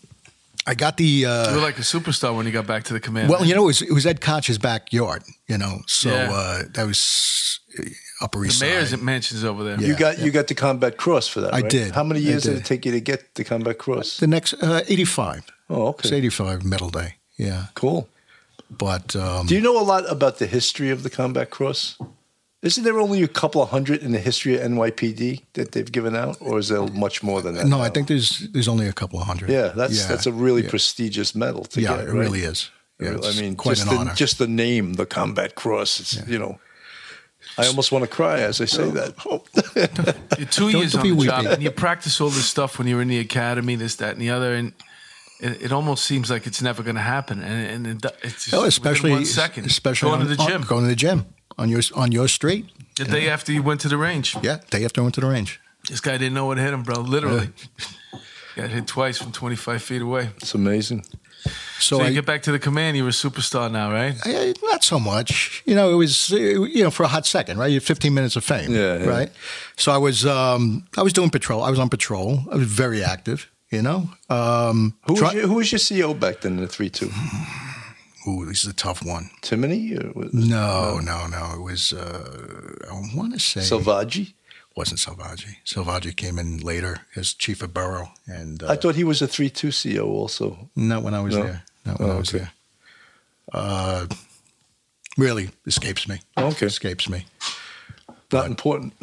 I got the. You were Uh, like a superstar when you got back to the command. well, you know, it was, it was Ed Koch's backyard. You know, so Yeah. uh, that was uh, Upper East the mayor's Side. mansions over there. Yeah. You got you got the combat cross for that. I right? did. How many I years did. did. it take you to get the combat cross? The next uh, eighty-five. Oh, It's okay, eighty-five Medal Day. Yeah, cool. but um, Do you know a lot about the history of the combat cross? Isn't there only a couple of hundred in the history of NYPD that they've given out, or is there much more than that? no, I now? think there's there's only a couple of hundred. Yeah, that's Yeah. that's a really Yeah. prestigious medal to yeah, get. it right? really is. Yeah, I it's mean, quite just an the, honor. just the name, the Combat Cross. It's you know, I almost want to cry as I Oh. say that. You're 2 Don't- years don't on be the weepy. job, and you practice all this stuff when you're in the academy, this, that, and the other, and it, it almost seems like it's never going to happen. And, and it, it's just Oh, especially within one second, especially going on, to the on- gym going to the gym on your on your street. the day after you went to the range. Yeah, day after I went to the range. This guy didn't know what hit him, bro. Literally, got hit twice from 25 feet away. It's amazing. So, So I, you get back to the command. You're a superstar now, right? I- not so much. You know, it was uh, you know for a hot second, right? You had 15 minutes of fame, Yeah, yeah. right? So I was um, I was doing patrol. I was on patrol. I was very active. You know, um, Who was, try- your, who was your CEO back then in the three two? Ooh, this is a tough one. Timony or was it No, no, no. It was uh, I want to say Salvaggi? wasn't Salvaggi. Salvaggi came in later as chief of borough, and uh, I thought he was a three two CEO also. Not when I was No? there. Not when Oh, I was okay. there. Uh, really escapes me. Okay. Escapes me. Not important.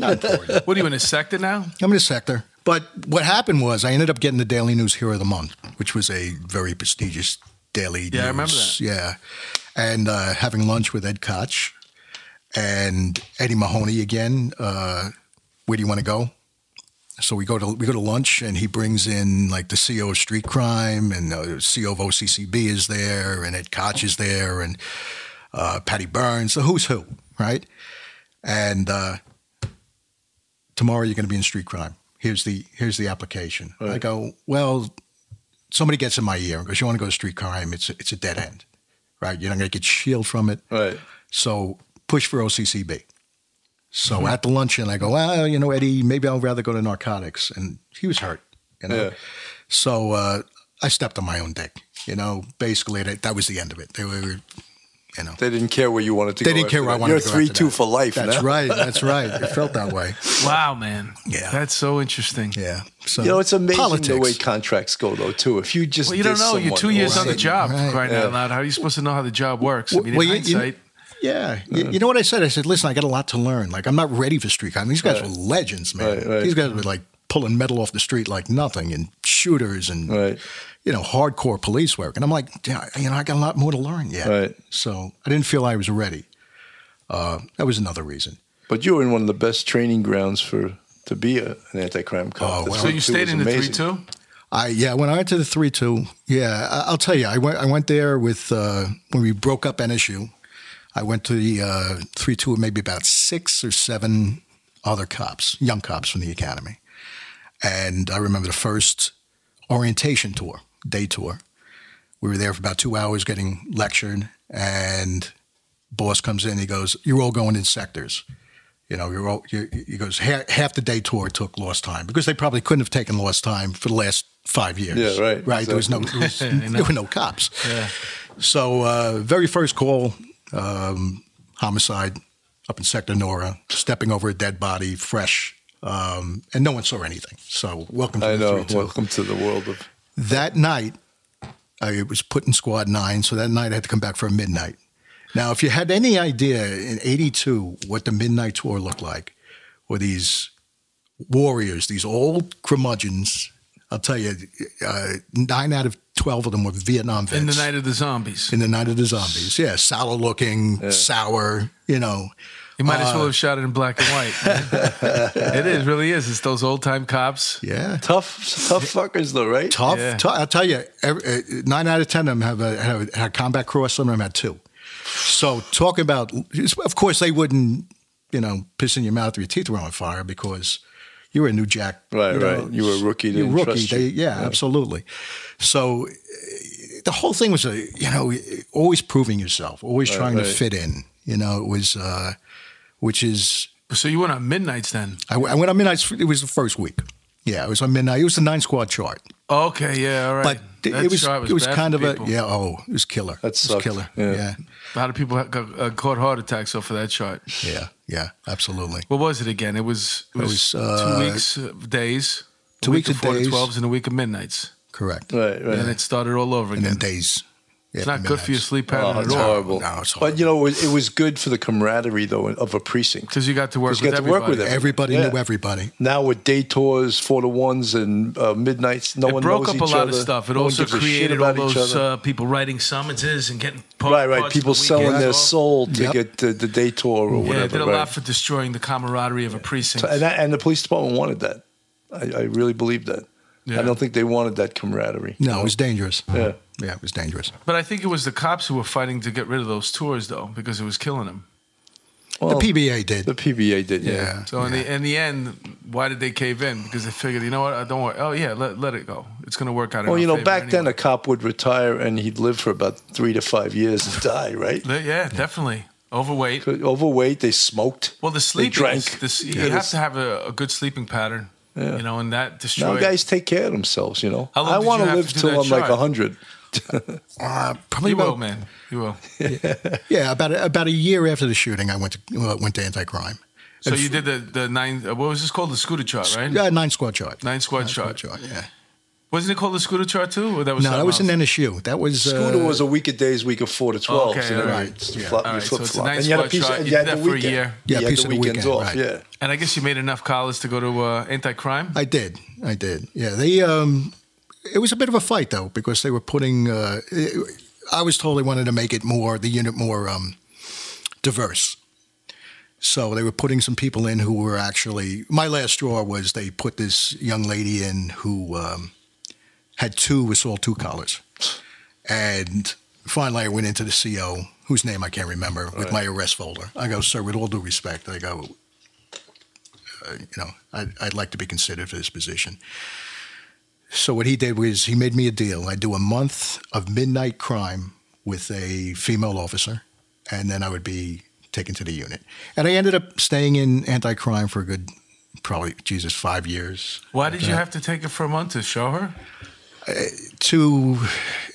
Not important. What are you in a sector now? I'm in a sector. But what happened was I ended up getting the Daily News Hero of the Month, which was a very prestigious daily news. Yeah, I remember that. Yeah. And uh, having lunch with Ed Koch and Eddie Mahoney again. Uh, where do you want to go? So we go to we go to lunch, and he brings in like the CO of Street Crime, and uh, CO of OCCB is there, and Ed Koch is there, and uh, Patty Burns, the who's who, right? And uh, tomorrow you're going to be in street crime. Here's the here's the application. I Right. go, well, somebody gets in my ear and goes, you want to go to street crime? It's a, it's a dead end, right? You're not going to get shield from it. right. So push for OCCB. So Mm-hmm. at the luncheon, I go, well, you know, Eddie, maybe I'll rather go to narcotics. And he was hurt, you know. Yeah. So uh, I stepped on my own dick, you know. Basically, that, that was the end of it. They were, you know, They didn't care where you wanted to They go. didn't care after where I that. wanted You're to go three after two that. for life. that's now. right, that's right. It felt that way. Wow, man. Yeah. that's so interesting. Yeah. So You know, it's amazing the politics. way contracts go though too. If you just Well, you don't diss know. You're someone two years or- on the Right, job right. right Yeah. now. Lad. How are you supposed to know how the job works? I mean, in Well, you- you- hindsight, Yeah. You, you know what I said? I said, listen, I got a lot to learn. Like, I'm not ready for street crime. These guys were legends, man. Right, right. These guys were like pulling metal off the street like nothing and shooters and, Right. you know, hardcore police work. And I'm like, yeah, you know, I got a lot more to learn yet. Right. So I didn't feel I was ready. Uh, that was another reason. But you were in one of the best training grounds for to be a, an anti-crime Oh, cop. The well. so three it you two stayed was in the three amazing. two. I yeah, when I went to the three two, yeah, I, I'll tell you, I went I went there with uh, when we broke up NSU. I went to the uh, three two with maybe about six or seven other cops, young cops from the academy, and I remember the first orientation tour, day tour. We were there for about two hours getting lectured, and boss comes in. He goes, "You're all going in sectors." You know, you're all, you he goes, half, half the day tour took lost time because they probably couldn't have taken lost time for the last five years. Yeah, right, Right. There was no, there, was, there were no cops. So, uh, very first call, um, homicide up in Sector Nora, stepping over a dead body, fresh. Um, and no one saw anything. So, welcome to I the know. 3-2. Welcome to the world of That night, I was put in squad nine. So that night I had to come back for a midnight. Now, if you had any idea in 82 what the midnight tour looked like, or these warriors, these old curmudgeons, I'll tell you, uh, nine out of 12 of them were Vietnam vets. in the night of the zombies. In the night of the zombies. Yeah, sour looking, sour, you know, You might as well have shot it in black and white. it is, really is. It's those old time cops. Yeah. Tough, tough fuckers though, right? Tough. Yeah. tough. I'll tell you, every, uh, nine out of 10 of them have a, have a, had a combat cross. Some of them had two. So talking about, of course, they wouldn't, you know, piss in your mouth if your teeth were on fire because you were a new jack. Right, you know, right. You were a rookie. They You're a didn't rookie. trust you. They, yeah, absolutely. So uh, the whole thing was, a, you know, always proving yourself, always trying to right. fit in. You know, it was, uh, which is, So you went on midnights then? I, I went on midnight. It was the first week. Yeah, it was on midnight. It was the nine squad chart. Okay, yeah, all right. But th- That it was, chart it was bad kind for of a people. yeah. Oh, it was killer. That It was sucked. killer. Yeah. Yeah. A lot of people ha- got, uh, caught heart attacks off of that chart. yeah, yeah, Absolutely. What was it again? It was it was, was, uh, two weeks of days, two a weeks week of of four to days. twelves, and a week of midnights, Correct. Right, right. and then it started all over And again. then days. it's not good for your sleep pattern Oh, at it's all horrible. No, it's But you know, it was, it was good for the camaraderie though of a precinct. because you got to work. 'Cause you with got to work everybody. with Everybody everybody. Yeah. knew everybody. Now with day tours, four to ones, and uh, midnights, no It one broke knows up each a lot other. of stuff. It No one also gives a shit created all about each those other. uh, people writing summonses and getting part, right, right. parts People of the selling weekends their off. soul to Yep. get the, the day tour or Yeah, whatever. it did a right. lot for destroying the camaraderie of a precinct. So- and, that, and the police department wanted that. I, I really believe that. Yeah. I don't think they wanted that camaraderie. No, it was dangerous. Yeah. Yeah, it was dangerous. but I think it was the cops who were fighting to get rid of those tours, though, because it was killing them. Well, the PBA did. the PBA did. Yeah. Yeah. So in the in the end, why did they cave in? Because they figured, you know what? I don't worry. Oh yeah, let, let it go. It's going to work out. in Well, our you know, favor back then anyway. a cop would retire and he'd live for about three to five years and die, right? Le- yeah, definitely overweight. Overweight, they smoked. Well, the sleeping. drank. This, you Yeah, have this- to have a, a good sleeping pattern. You know, and that Now destroys. guys take care of themselves, you know. How long I did you want to have live to do till that I'm like chart? 100. Uh, probably you about, will, man. You will. Yeah, about a, about a year after the shooting, I went to uh, went to anti crime. So you did the the nine. uh, What was this called? The scooter chart, right? Yeah, nine squad chart. Nine squad squad chart. chart. Yeah. Wasn't it called the scooter chart too? Or that was No, that something was in else? NSU. That was Scooter uh, was a week of days, week of four to 12. Okay, you know, all right. it's Yeah. flop- All you right, so flip it's a flop. nice And you had a squad piece shot. and You you had did the that for a weekend. year. Yeah, You had piece the of the weekends weekend, off, right. yeah. And I guess you made enough collars to go to uh, anti-crime. I did. I did. Yeah, they. Um, it was a bit of a fight though because they were putting. Uh, it- I was told they wanted to make it more the unit more um, diverse. So they were putting some people in who were actually. My last straw was they put this young lady in who um, had two assault two collars, and finally I went into the CO whose name I can't remember with my arrest folder. I go, sir, with all due respect, I go, you know, I'd, I'd like to be considered for this position. So what he did was he made me a deal. I'd do a month of midnight crime with a female officer, and then I would be taken to the unit. And I ended up staying in anti-crime for a good, probably Jesus, five years. Uh, Why did you have to take it for a month to show her? To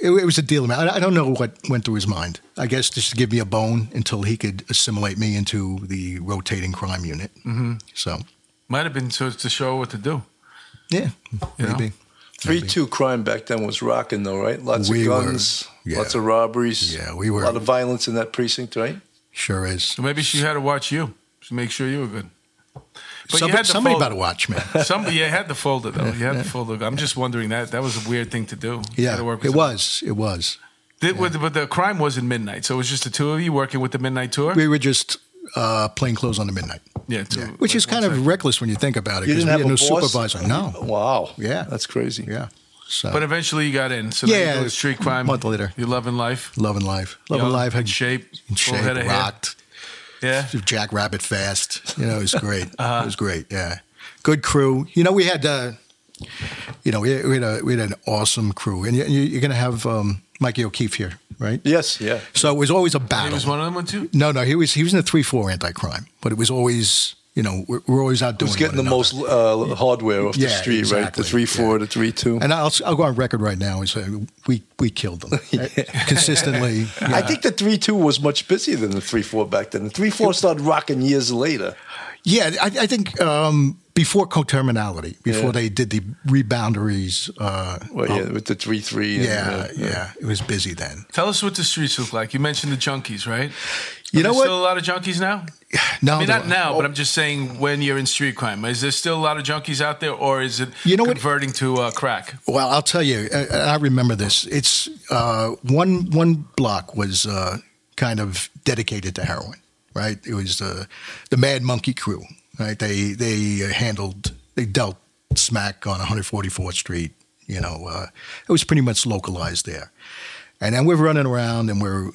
it, it was a deal. man. I, I don't know what went through his mind. I guess just to give me a bone until he could assimilate me into the rotating crime unit. Mm-hmm. So Might have been to, to show her what to do. yeah, You know? maybe. 3 2 crime back then was rocking, though, right? Lots We of were- guns, yeah. lots of robberies. Yeah, we were- A lot of violence in that precinct, right? Sure is. So maybe she had to watch you to make sure you were good. But Somebody, you had the somebody folder. better watch, man. Somebody, you had the folder though. You had the folder. I'm just wondering that that was a weird thing to do. You had Yeah, to work it with someone. was. It was. Did- with- But the crime was in midnight, so it was just the two of you working with the midnight tour. We were just uh, plain clothes on the midnight, yeah, two, which like is one kind of side. reckless when you think about it. You 'cause didn't we have had a no boss? supervisor. No. Wow. Yeah. That's crazy. Yeah. So, But eventually you got in. So yeah, Yeah, you do the street crime. month later. you're loving life. love and life, love young, and life in had shape, in full shape head of hair. rocked. Yeah, Uh-huh. Jack Rabbit fast. You know, it was great. It was great. Yeah, good crew. You know, we had, uh, you know, we had, we had, a, we had an awesome crew, and you, you- you're going to have um, Mikey O'Keefe here, right? Yes, yeah. So it was always a he battle. was one of them one too. No, no, he was he was in the three four anti crime, but it was always you know we're, we're always out doing. Who's getting the one another. most uh, hardware off the Yeah, street, right? The exactly, 3 4, the 3 2. And I'll I'll go on record right now and say we we killed them consistently. I think the three two was much busier than the three four back then. The three four started rocking years later. Yeah, I, I think um, before coterminality, before Yeah. they did the reboundaries. Uh, Well, yeah, with the three three. And, yeah, uh, yeah, it was busy then. Tell us what the streets look like. You mentioned the junkies, right? You Are know there what? Still a lot of junkies now. No, I mean, there not were- now, but I'm just saying when you're in street crime, is there still a lot of junkies out there, or is it You know what- converting to uh, crack? Well, I'll tell you, I, I remember this. It's uh, one one block was uh, kind of dedicated to heroin. right? It was the the Mad Monkey Crew, right? They they uh, handled they dealt smack on 144th Street. You know, uh, it was pretty much localized there, and then we're running around and we're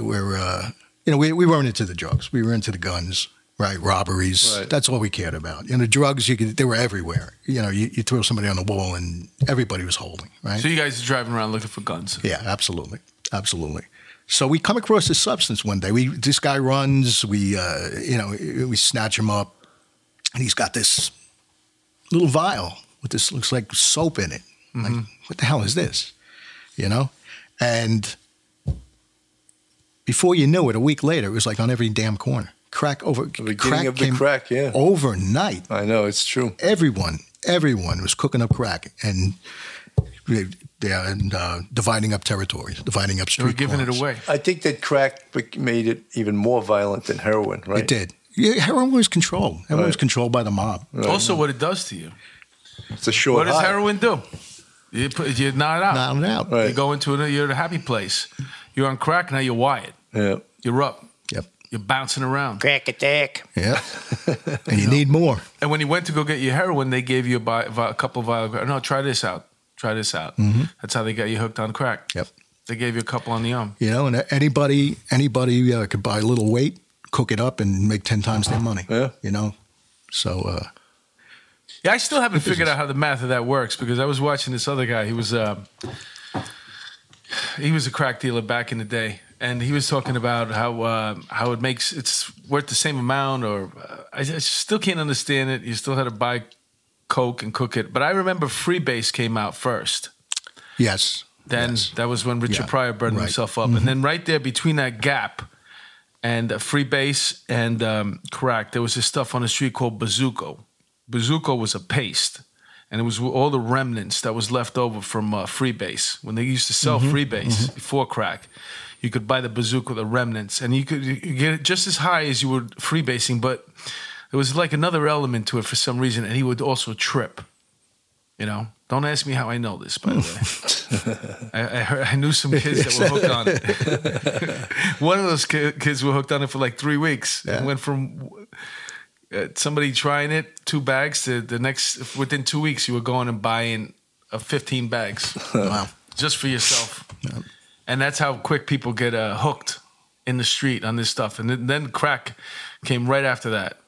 we're uh, you know we we weren't into the drugs, we were into the guns. Right, robberies. Right. That's all we cared about. And the drugs, you could, they were everywhere. You know, you, you throw somebody on the wall, and everybody was holding. Right. So you guys are driving around looking for guns. Yeah, absolutely, absolutely. So we come across this substance one day. We this guy runs. We uh, you know we snatch him up, and he's got this little vial with this looks like soap in it. I'm Like Mm-hmm. what the hell is this? You know, and before you knew it, a week later, it was like on every damn corner. Crack over The beginning crack of the came crack, yeah. overnight I know it's true. everyone, everyone was cooking up crack and they they are uh, dividing up territories, dividing up They were street. giving it corners. away. I think that crack bec- made it even more violent than heroin, right? It did. Yeah, heroin was controlled. Heroin was Right. controlled by the mob. Also, what it does to you. It's a short What does high. heroin do? You put, you nod out. Not out. Right. You go into it. You're at a happy place. You're on crack now. You're wired. Yeah. You're up. Yep. You're bouncing around. Crack attack. Yep. and you need more. And when you went to go get your heroin, they gave you a, bi- vi- a couple of Viagra. No, try this out. Try this out. That's how they got you hooked on crack. Yep. They gave you a couple on the arm. You know, and anybody anybody uh, could buy a little weight, cook it up, and make ten times their money. Yeah. You know, so uh, Yeah, I still haven't figured out how the math of that works because I was watching this other guy. He was um he was a crack dealer back in the day, and he was talking about how uh, how it makes it's worth the same amount. Or uh, I, I still can't understand it. You still had to buy coke and cook it. But I remember Freebase came out first. yes, Then that was when Richard Yeah, Pryor burned right. Mm-hmm. himself up, and then right there between that gap and uh, free base and um, crack, there was this stuff on the street called Bazooko. Bazooko was a paste, and it was all the remnants that was left over from uh, free base when they used to sell Mm-hmm. free base before crack. You could buy the bazooka, the remnants, and you could you could get it just as high as you were freebasing, but there was like another element to it for some reason, and he would also trip. You know, don't ask me how I know this, by the way. I, I, heard, I knew some kids that were hooked on it. One of those ki- kids were hooked on it for like three weeks. It went from uh, somebody trying it, two bags, to the next, within two weeks, you were going and buying uh, 15 bags wow, just for yourself. And that's how quick people get uh, hooked in the street on this stuff. And then, then crack came right after that.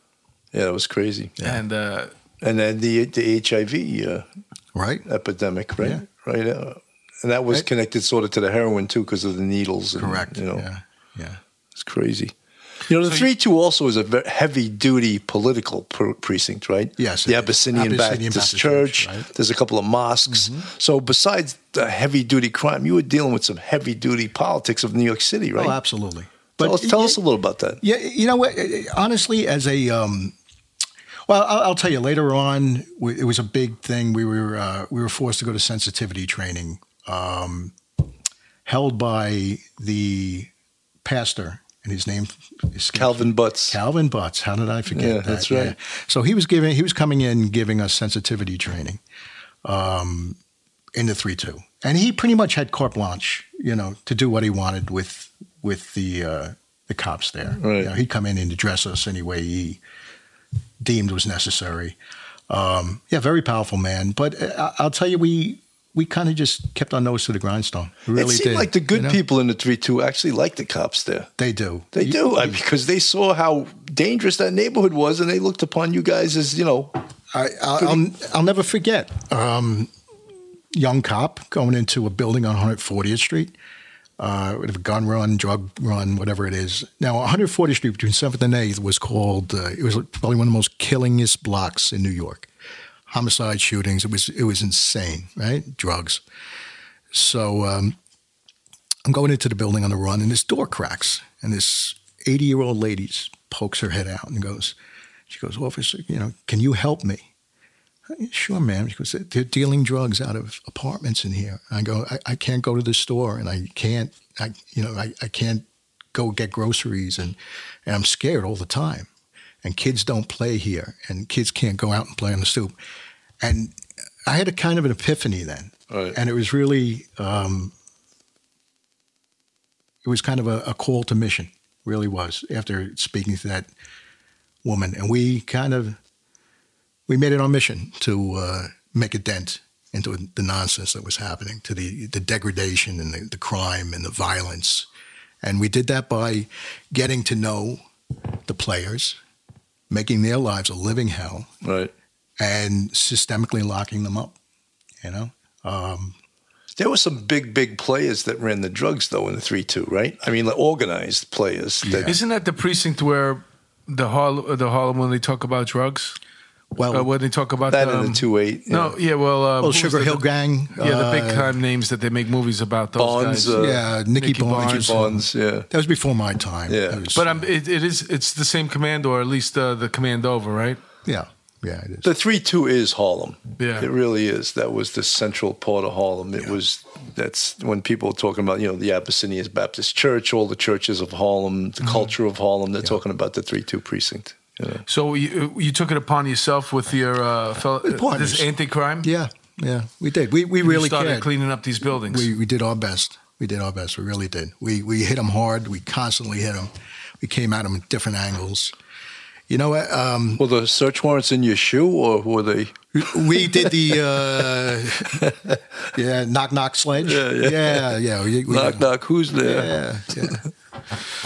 Yeah, it was crazy. And uh, And then the the HIV uh, right, epidemic, right? Yeah. Right. Uh, and that was Right. connected sort of to the heroin too, because of the needles. And, correct. You know, Yeah, yeah. it's crazy. You know, the So you- three two also is a very heavy duty political pre- precinct, right? Yes, the it is. Abyssinian, Abyssinian Baptist, Baptist Church. Mm-hmm. Church, right. There's a couple of mosques. So besides the heavy duty crime, you were dealing with some heavy duty politics of New York City, right? Oh, absolutely. Tell, us, tell us a little about that. Yeah, you know what? Honestly, as a um, well, I'll, I'll tell you later on. We, it was a big thing. We were uh, we were forced to go to sensitivity training, um, held by the pastor, and his name is Calvin Butts. Calvin Butts. How did I forget? Yeah, that? that's right. So he was giving he was coming in giving us sensitivity training, um, in the three two, and he pretty much had carte blanche, you know, to do what he wanted with with the uh, the cops there. You Right. know, he'd come in and address us any way he deemed was necessary. Um, yeah, very powerful man. But uh, I, I'll tell you, we we kind of just kept our nose to the grindstone. We it really seemed did. like the good you know? people in the three two actually liked the cops there. They do. They do I, because they saw how dangerous that neighborhood was, and they looked upon you guys as you know. I, I'll, I'll, I'll never forget. Um, young cop going into a building on 140th Street uh, with a gun run, drug run, whatever it is. Now, 140th Street between 7th and 8th was called. Uh, it was probably one of the most killingest blocks in New York. Homicide shootings. It was it was insane, right? Drugs. So um, I'm going into the building on the run, and this door cracks, and this 80 year old lady pokes her head out and goes, she goes, officer, you know, can you help me? Sure, ma'am. She goes, they're dealing drugs out of apartments in here. I go, I, I can't go to the store and I can't, I, you know, I, I can't go get groceries and, and I'm scared all the time. And kids don't play here and kids can't go out and play on the stoop. And I had a kind of an epiphany then. Right. And it was really, um, it was kind of a, a call to mission. really was. After speaking to that woman, and we kind of we made it our mission to uh, make a dent into the nonsense that was happening, to the the degradation and the, the crime and the violence, and we did that by getting to know the players, making their lives a living hell, Right. and systemically locking them up. You know, um, There were some big, big players that ran the drugs though in the three two, right? I mean, like organized players. That, Isn't that the precinct where the Harlem, the Harlem when they talk about drugs? well, Uh, when they talk about Oh. that the, and um, the two eight. No, yeah, well, uh, who well, was Sugar the- Hill Gang, Yeah, the uh, big time names that they make movies about those Bonds, guys. uh, yeah, Nicky, Nicky Barnes. Barnes. bonds. Yeah. That was before my time. Yeah. That was- but I'm, it, it is it's the same command or at least uh, the command over, right? yeah, yeah, it is. The three two is Harlem. Yeah. It really is. That was the central part of Harlem. It was that's when people are talking about, you know, the Abyssinian Baptist Church, all the churches of Harlem, the culture of Harlem, they're talking about the three two precinct. you know. So you you took it upon yourself with your uh, fellow, partners. this anti-crime. yeah, yeah, we did. We we You really started cared. cleaning up these buildings. We we did our best. We did our best. We really did. We we hit them hard. We constantly hit them. We came at them at different angles. You know, what, um, Were the search warrants in your shoe or were they we did the uh, yeah knock knock sledge. Yeah, yeah. yeah. yeah, we- we- knock knock, who's there? yeah, yeah.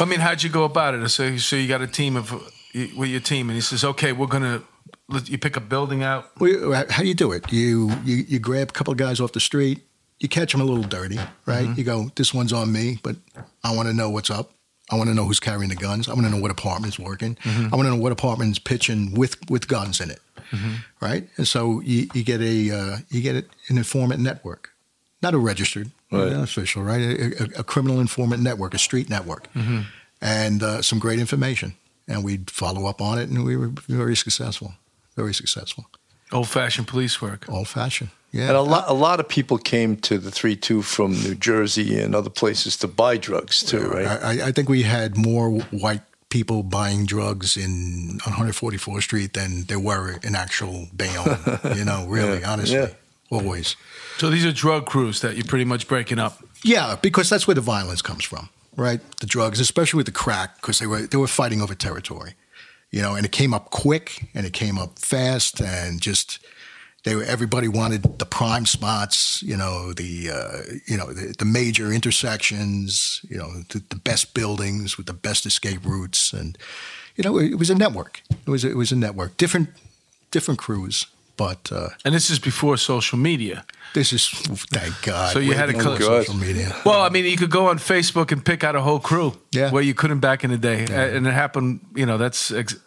I mean, how'd you go about it? So so you got a team of you- with your team, and he says, okay, we're gonna let you pick a building out. We, how do you do it? You, you you grab a couple of guys off the street. You catch them a little dirty, right? You go, this one's on me, but I want to know what's up. I want to know who's carrying the guns. I want to know what apartment's working. I want to know what apartment's pitching with with guns in it, right? And so you, you get a uh, you get an informant network, not a registered Right. not official, right? A, a, a criminal informant network, a street network, and uh, some great information. And we'd follow up on it, and we were very successful, very successful Old-fashioned police work. old fashioned. Yeah. And a lot, a lot of people came to the three two from New Jersey and other places to buy drugs too, right? I, I think we had more white people buying drugs in on 144th Street than there were in actual Bayonne. you know, really, Yeah, honestly, yeah. always. So these are drug crews that you're pretty much breaking up. Yeah, because that's where the violence comes from, right? The drugs, especially with the crack, because they were they were fighting over territory, you know, and it came up quick and it came up fast and just they were everybody wanted the prime spots, you know, the uh, you know the, the major intersections, you know, the, the best buildings with the best escape routes, and you know, it, was a network. It was a, it was a network, different different crews, but uh, And this is before social media. this is thank God. So you we had a have cl- no Good. social media. Well, I mean, you could go on Facebook and pick out a whole crew Yeah. where you couldn't back in the day. A- And it happened, you know, that's. Ex-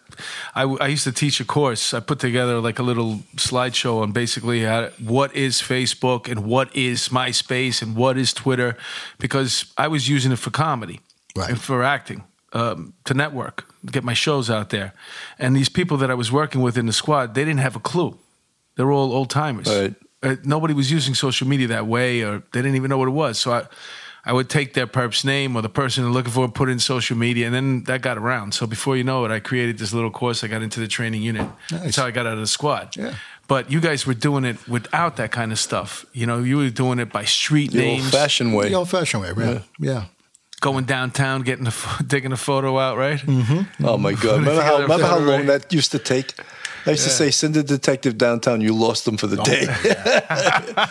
I, I used to teach a course. I put together like a little slideshow on basically how, what is Facebook and what is MySpace and what is Twitter because I was using it for comedy Right. and for acting. Um, to network, get my shows out there, and these people that I was working with in the squad, they didn't have a clue. They're all old timers Right. uh, nobody was using social media that way, or they didn't even know what it was. So I, I would take their perp's name or the person they're looking for, and put it in social media, and then that got around. So before you know it, I created this little course. I got into the training unit. Nice. That's how I got out of the squad. Yeah. But you guys were doing it without that kind of stuff. You know, you were doing it by street The names, old-fashioned way. The old fashioned way, right? Yeah. going downtown, getting a, pho- digging a photo out, right? Oh my God! Remember how, remember how long that used to take? I used to say, send a detective downtown. You lost them for the day.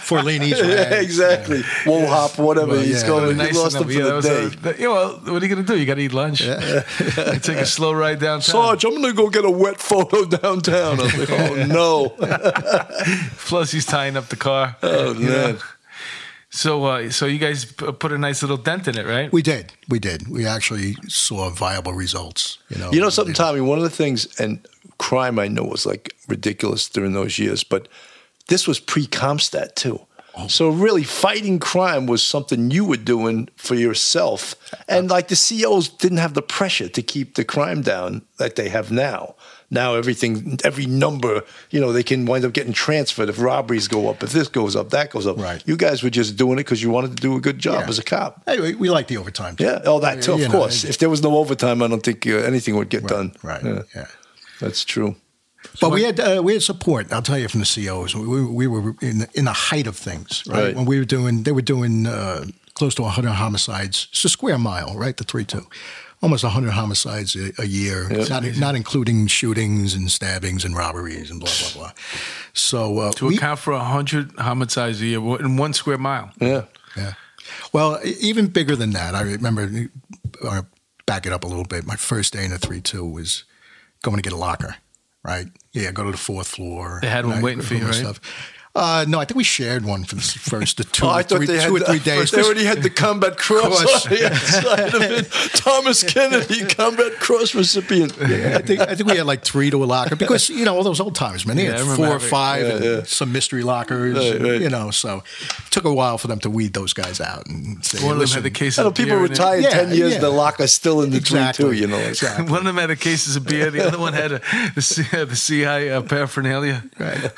Forlini's Yeah, way. exactly. Wool hop, whatever. Well, He's yeah. going. Nice you lost them enough. for Yeah, that the was day. a- that- you know, what are you going to do? You got to eat lunch. Take a slow ride downtown. Sarge, I'm going to go get a wet photo downtown. I was like, oh no. Plus, he's tying up the car. Oh, You know? man. So, uh, so you guys p- put a nice little dent in it, right? We did. We did. We actually saw viable results. You know, You know something, Tommy? One of the things, and crime I know was like ridiculous during those years, but this was pre Comstat too. Oh. So really, fighting crime was something you were doing for yourself, and like the CEOs didn't have the pressure to keep the crime down that they have now. Now everything, every number, you know, they can wind up getting transferred if robberies go up, if this goes up, that goes up. Right. You guys were just doing it because you wanted to do a good job Yeah. as a cop. Hey, we, we like the overtime. too. Yeah, all that too, You of know, course. it- If there was no overtime, I don't think uh, anything would get done. Right. Yeah. Yeah. That's true. But we had uh, we had support. I'll tell you from the COs. We, we, we were in the, in the height of things, right? Right. When we were doing, they were doing uh, close to 100 homicides. It's a square mile, right? The three two. almost 100 homicides a, a year, Yep. not, not including shootings and stabbings and robberies and blah, blah, blah. So, uh, To we- account for 100 homicides a year w- in one square mile. Yeah. Yeah. Well, e- even bigger than that, I remember, or back it up a little bit, my first day in a 3 2 was going to get a locker, right? Yeah, go to the fourth floor. They had one Right, waiting for you, room and right? Uh, no, I think we shared one for the s- first the two, Oh, I or thought three, they had two or three days. They already had the combat cross Cross. on the outside of it. Thomas Kennedy, combat cross recipient. I think I think we had like three to a locker because you know all those old times, man. They Yeah, I had remember four or having- five, and yeah. some mystery lockers, Right, and, right. you know. So it took a while for them to weed those guys out and say, One of them "Listen, had the case I know of people beer in it. retire Yeah, 10 years, yeah. the locker's still in the exactly, 3 2, you know. it's- exactly. One of them had a cases of beer. The other one had a, the, C, the CI uh, paraphernalia. Right.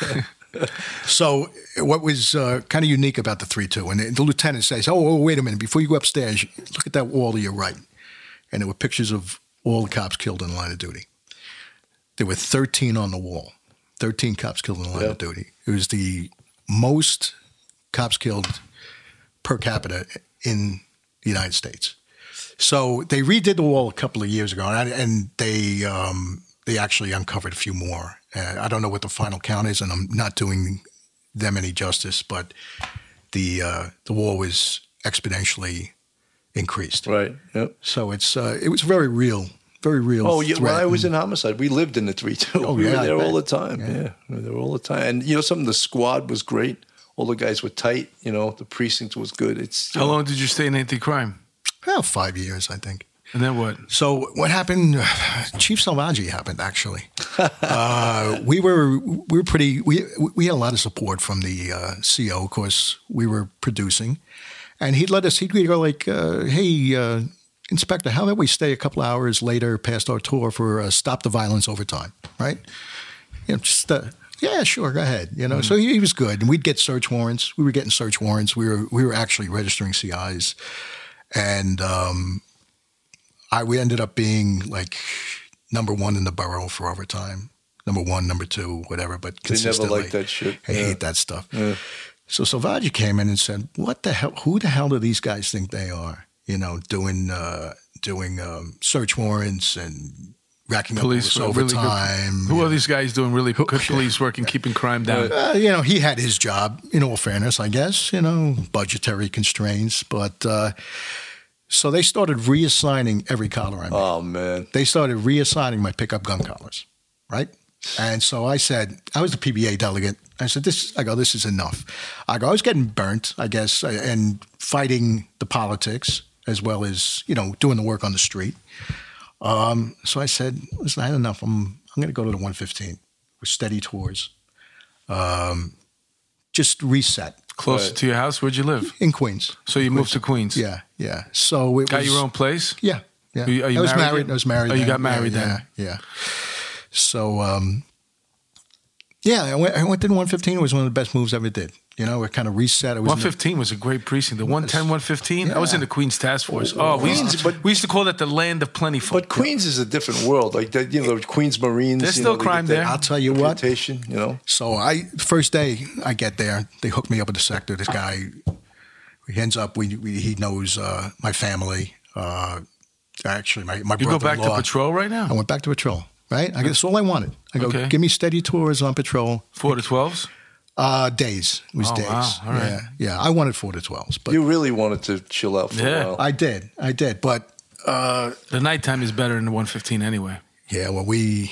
so, what was uh, kind of unique about the 3 2? And the, the lieutenant says, oh, oh, wait a minute, before you go upstairs, look at that wall to your right. And there were pictures of all the cops killed in the line of duty. There were 13 on the wall, 13 cops killed in the line Yeah. of duty. It was the most cops killed per capita in the United States. So they redid the wall a couple of years ago, and, and they um, they actually uncovered a few more. Uh, I don't know what the final count is, and I'm not doing them any justice, but the uh, the wall was exponentially increased. Right. Yep. So it's uh, it was very real, very real. Oh, yeah. When threat. I was in homicide, we lived in the 3 2. Oh, we yeah, were I there all the bet. time. Yeah. We were there all the time. And, you know, something, the squad was great. All the guys were tight. You know, the precinct was good. It's How long did you stay in anti crime? Well, five years, I think. And then what? So what happened? Chief Salvaggi happened actually. uh, we were we were pretty we we had a lot of support from the uh, CO. Of course, we were producing, and he'd let us. He'd go like, uh, "Hey, uh, Inspector, how about we stay a couple hours later past our tour for uh, stop the violence overtime?" Right? You know, just uh, yeah, sure, go ahead. You know, so he, he was good, and we'd get search warrants. We were getting search warrants. We were we were actually registering CIs, and. Um, I we ended up being like number one in the borough for overtime. Number one, number two, whatever. But They never consistently, liked that shit. I Yeah. hate that stuff. So Salvaggi came in and said, "What the hell? Who the hell do these guys think they are? You know, doing uh, doing um, search warrants and racking Police up all were this really good- overtime. Who you are these guys doing really good police work and keeping crime down? uh, you know, he had his job, in all fairness, I guess, you know, budgetary constraints. But uh, so they started reassigning every collar I made. Oh, man. They started reassigning my pickup gun collars, right? And so I said, I was the PBA delegate. I said, this, I go, this is enough. I go, I was getting burnt, I guess, and fighting the politics as well as, you know, doing the work on the street. Um, so I said, listen, I had enough. I'm, I'm going to go to the 115 with steady tours. Um, just reset Closer Right. to your house? Where'd you live? in Queens. So you moved to Queens. Yeah, yeah. So it Got was, your own place? yeah, yeah. Are you- are you I was married married. yet? I was married. Oh, you then. got married yeah, then. Yeah, yeah. So, um, yeah, I went. I went in 115. It was one of the best moves I ever did. You know, it kind of reset. It was in the- 115 was a great precinct. The 110, 115. I was Yeah. in the Queens Task Force. Oh, we used, Queens, but- we used to call that the land of plenty folk. But Queens is a different world. Like, that, you know, the Queens Marines. There's you still know, they crime get that there. I'll tell you what. reputation, you know. So I first day I get there, they hook me up at the sector. This guy, he ends up. We, we he knows uh, my family. Uh, actually, my my you go back to brother-in-law- patrol right I now? went back to patrol. Right, I, that's all I wanted. I go, Okay. give me steady tours on patrol. Four to 12s? Uh, days. It was Oh, days. wow. All right. Yeah, yeah. I wanted four to twelves, but You really wanted to chill out for Yeah. a while. I did. I did. But uh, The nighttime is better than the 115 anyway. yeah, well, we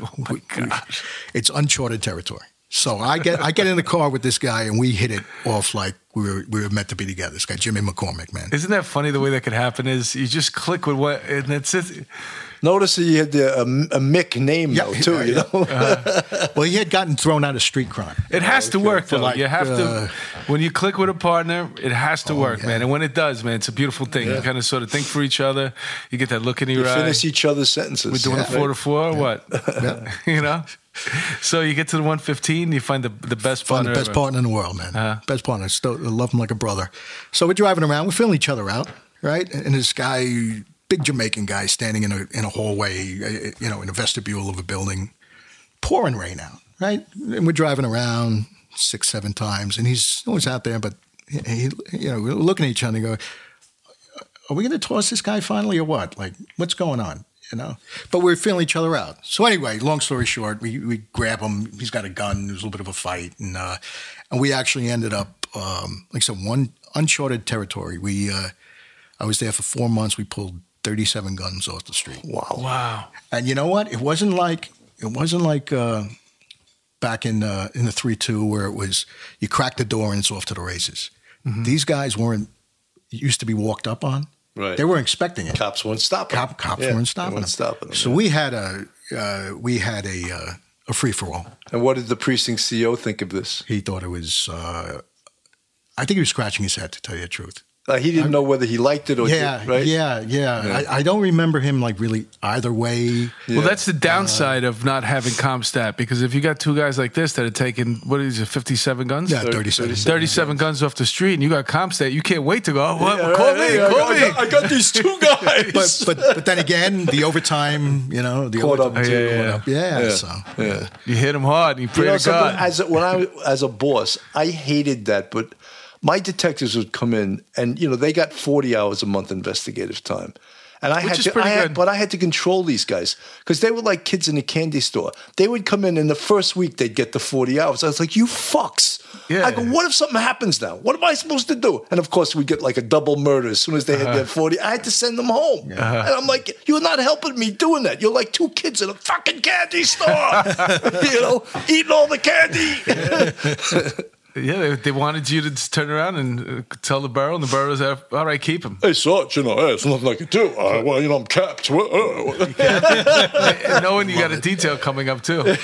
Oh, my gosh. it's uncharted territory. So I get I get in the car with this guy and we hit it off like we were we were meant to be together. This guy Jimmy McCormick, man. Isn't that funny the way that could happen? Is you just click with what, and that's it. Notice that you had the, a, a Mick name, Yeah, though, too, yeah, you yeah. know. Well, he had gotten thrown out of street crime. It has to work For though. like, you have uh, Oh, to when you click with a partner, it has to work, man. And when it does, man, it's a beautiful thing. You kind of sort of think for each other. You get that look in your eye. Finish each other's sentences. We're doing Yeah. a four to four or what? you know? So you get to the 115, you find the, the Find best partner. the best ever. partner in the world, man. Uh-huh. Best partner. Still I love him like a brother. So we're driving around. We're filling each other out, right? And this guy, big Jamaican guy, standing in a in a hallway, uh, you know, in a vestibule of a building, pouring rain out, right? And we're driving around six, seven times, and he's always out there, but he, he- you know, we're looking at each other and go, are we going to toss this guy finally or what? Like, what's going on? You know, but we're feeling each other out. So anyway, long story short, we, we grab him. He's got a gun. There's a little bit of a fight, and uh, and we actually ended up, um, like I said, one uncharted territory. We uh, I was there for four months. We pulled 37 guns off the street. Wow. Wow. And you know what? It wasn't like it wasn't like uh, back in uh, in the three two where it was you crack the door and it's off to the races. These guys weren't used to be walked up on. Right. They weren't expecting it. Cops won't stop. 'em. Cop, cops Yeah, weren't stopping They weren't them. stopping 'em, So yeah. we had a uh, we had a uh, a free for all. And what did the precinct CEO think of this? He thought it was. Uh, I think he was scratching his head to tell you the truth. Uh, he didn't know whether he liked it or Yeah, did, right. yeah, yeah, I, I don't remember him like really either way. Well, that's Uh, the downside of not having Comstat because if you got two guys like this that are taking what is it, fifty-seven guns? Yeah, thirty seven. 37 guns off the street and you got Comstat, you can't wait to go, oh, what? call me, I, call got, me. I got- I got these two guys. But, but but then again, the overtime, you know, the Caught up overtime- to- Yeah, yeah, caught up. Yeah, yeah. so yeah. You hit him hard and you pray You know to something? God. As a, when I as a boss, I hated that. But my detectives would come in, and you know they got forty hours a month investigative time, and I Which had is to. I pretty had, good. but I had to control these guys because they were like kids in a candy store. They would come in, and the first week they'd get the forty hours. I was like, "You fucks!" Yeah. I go, "What if something happens now? What am I supposed to do?" And of course, we get like a double murder as soon as they had their forty. I had to send them home, and I'm like, "You're not helping me doing that. You're like two kids in a fucking candy store, you know, eating all the candy." yeah, they, they wanted you to just turn around and uh, tell the borough, and the borough was uh, all right, keep him. hey, Sarge, you know, hey, it's nothing I can do. Uh, well, you know, I'm capped. Well, uh, uh." and knowing you got a detail coming up too.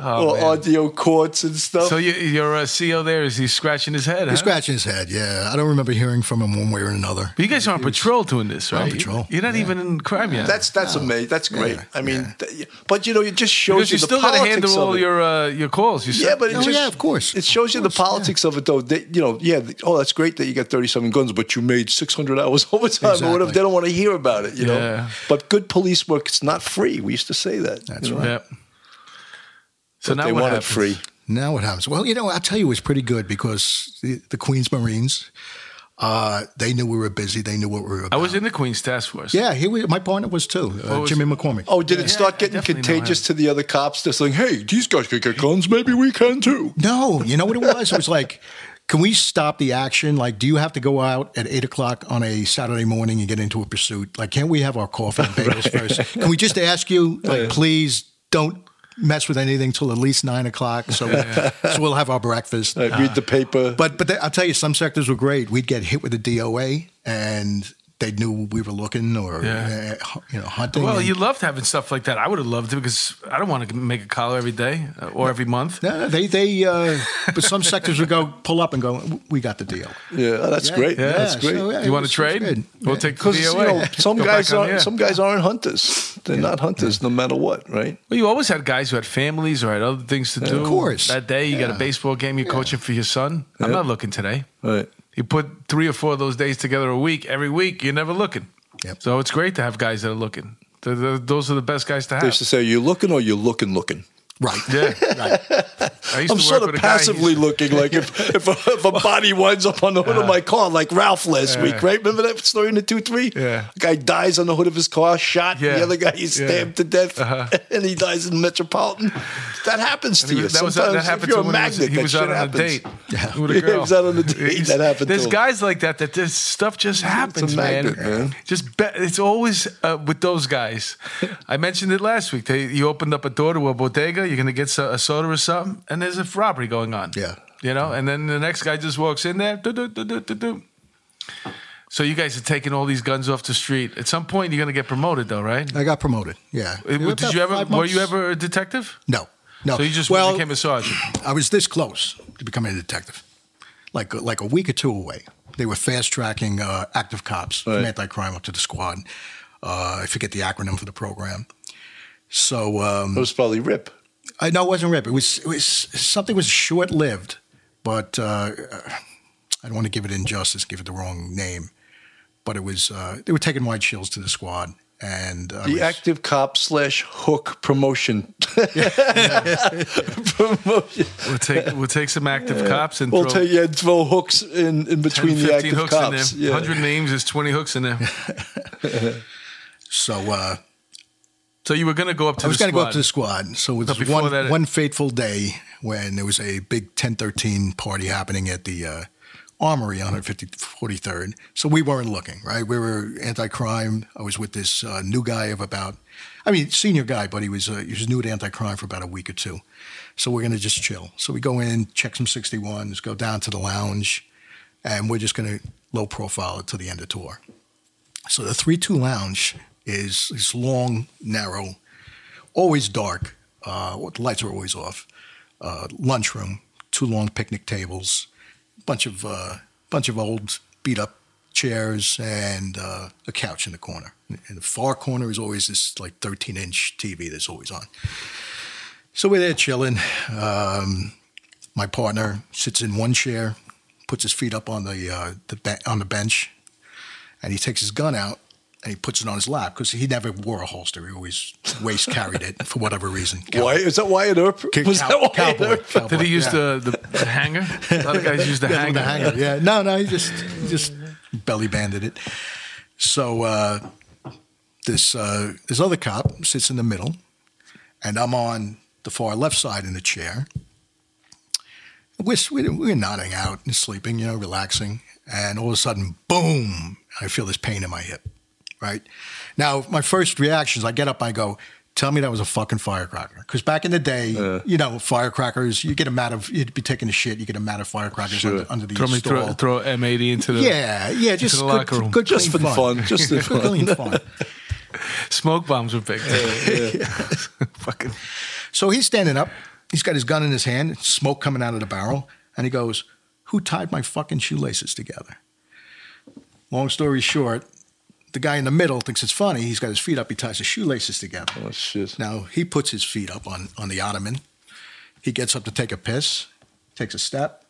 Or audio courts and stuff. So you, your uh, CEO there is he scratching his head? he's huh? scratching his head. Yeah, I don't remember hearing from him one way or another. But you guys are on patrol doing this, right? patrol. You're not even in crime yet. that's that's amazing. That's great. Yeah, I mean, th- but you know, it just shows because you, you the still got to politics handle of all it. your uh, your calls. You Yeah, said- but it Oh, just, yeah, of course. It shows you the politics of it, though. They, you know, yeah. th- Oh, that's great that you got thirty-seven guns, but you made six hundred hours overtime or whatever. Exactly. They don't want to hear about it, you know. Yeah. But good police work, it's not free. We used to say that. That's right. Yep. So now they what want happens? it free. Now what happens? Well, you know, I'll tell you, it was pretty good because the, the Queens Marines, uh, they knew we were busy. They knew what we were I about. was in the Queen's Task Force. yeah, he was, my partner was too, uh, was- Jimmy McCormick. Oh, did Yeah, it start I getting definitely know contagious him. to the other cops? They're saying, "Hey, these guys could get guns. Maybe we can too." No, you know what it was? It was like, can we stop the action? Like, do you have to go out at eight o'clock on a Saturday morning and get into a pursuit? Like, can't we have our coffee and bagels first? Can we just ask you, like, please don't mess with anything till at least nine o'clock? So, so we'll have our breakfast. Right, read Ah. the paper. But but they, I'll tell you, some sectors were great. We'd get hit with a DOA, and they knew we were looking or Yeah. uh, hu- you know hunting. Well, and- you loved having stuff like that. I would have loved it because I don't want to make a collar every day uh, or every month. no, no, they they. Uh, but some sectors would go pull up and go, "We got the deal." yeah, oh, that's great. yeah, that's great. so, yeah. you want it to was- trade? it was good. We'll Yeah. take the Because you DOA. know, some Go guys back on the air. aren't. Some guys aren't hunters. They're not hunters, no matter what, right? Well, you always had guys who had families or had other things to do. course. That day, you got a baseball game, you're coaching for your son. I'm not looking today. Right. You put three or four of those days together a week, every week, you're never looking. Yep. So it's great to have guys that are looking. Th- th- those are the best guys to have. They used to say, "You looking or you looking looking." Right. yeah. Right. I used I'm to sort of work with a guy, he's- passively looking, like if if a, if a body winds up on the hood of my car, like Ralph last week, right? Remember that story in the two three? Yeah. a guy dies on the hood of his car, shot. Yeah. The other guy is Yeah. Uh-huh. stabbed to death, and he dies in the Metropolitan. That happens to He you. was- that was Sometimes that if happened you're to a him when he was- magnet, he that was shit out on a happens. date with Yeah, a he girl. was out on a date. He's- That happened to There's him. guys like that that this stuff just happens, magnet, man. man. Just be, it's always uh, with those guys. I mentioned it last week. They, you opened up a door to a bodega. You're gonna get so, a soda or something, and there's a robbery going on. Yeah. you know. And then the next guy just walks in there. Do, do, do, do, do, do. So you guys are taking all these guns off the street. At some point, you're gonna get promoted, though, right? I got promoted. Yeah. Did About you ever? five Were months. you ever a detective? No. No. So you just well, became a sergeant. I was this close to becoming a detective, like uh, like a week or two away. They were fast tracking uh, active cops from Right. anti-crime up to the squad. Uh, I forget the acronym for the program. So um, It was probably Rip. I know it wasn't rip. It was it was something was short lived, but uh, I don't want to give it injustice, give it the wrong name. But it was uh, they were taking white shields to the squad, And I The was- active cop slash hook promotion. promotion. We'll take we'll take some active cops and We'll throw tell you, had throw hooks in, in 10, between 15 the active hooks cops. in there. Yeah. Hundred names is twenty hooks in there. so uh, So you were gonna go up to I was the going to go up squad. to the squad. So it was before one, that- one fateful day when there was a big 1013 party happening at the uh, Armory on 43rd. So we weren't looking, right? We were anti-crime. I was with this uh, new guy of about, I mean, senior guy, but he was uh, he was new to anti-crime for about a week or two. So we're going to just chill. So we go in, check some 61s, go down to the lounge, and we're just going to low profile it to the end of tour. So the 3-2 lounge is this long, narrow always dark. Uh, the lights are always off. Uh, lunchroom, two long picnic tables, bunch of uh, bunch of old beat up chairs, and uh, a couch in the corner. In the far corner is always this like 13 inch TV that's always on. So we're there chilling. Um, my partner sits in one chair, puts his feet up on the uh, the be- on the bench, and he takes his gun out and he puts it on his lap because he never wore a holster. He always waist carried it for whatever reason. Why is that Wyatt Earp? Cow- Was cow- that Wyatt cowboy, Earp? cowboy, Did he use yeah. the, the, the hanger? A lot of guys use the Yeah, with hanger. the hanger, Yeah, no, no, he just he just belly banded it. So uh, this uh, this other cop sits in the middle, and I'm on the far left side in the chair. We're we're nodding out and sleeping, you know, relaxing, and all of a sudden, boom! I feel this pain in my hip. Right now, my first reaction is I get up, I go. Tell me that was a fucking firecracker. Because back in the day, Uh. you know, firecrackers, you get a mat of, you'd be taking a shit, you get a mat of firecrackers Sure. under, under the Throw me stall. throw, throw M80 into the Yeah, yeah, just the good, locker room. good, Just for clean the fun. Just for the Good, clean fun. fun. smoke bombs were big. Fucking So he's standing up. He's got his gun in his hand, smoke coming out of the barrel, and he goes, "Who tied my fucking shoelaces together?" Long story short, the guy in the middle thinks it's funny. He's got his feet up. He ties his shoelaces together. Oh, shit. Now he puts his feet up on, on the ottoman. He gets up to take a piss, takes a step,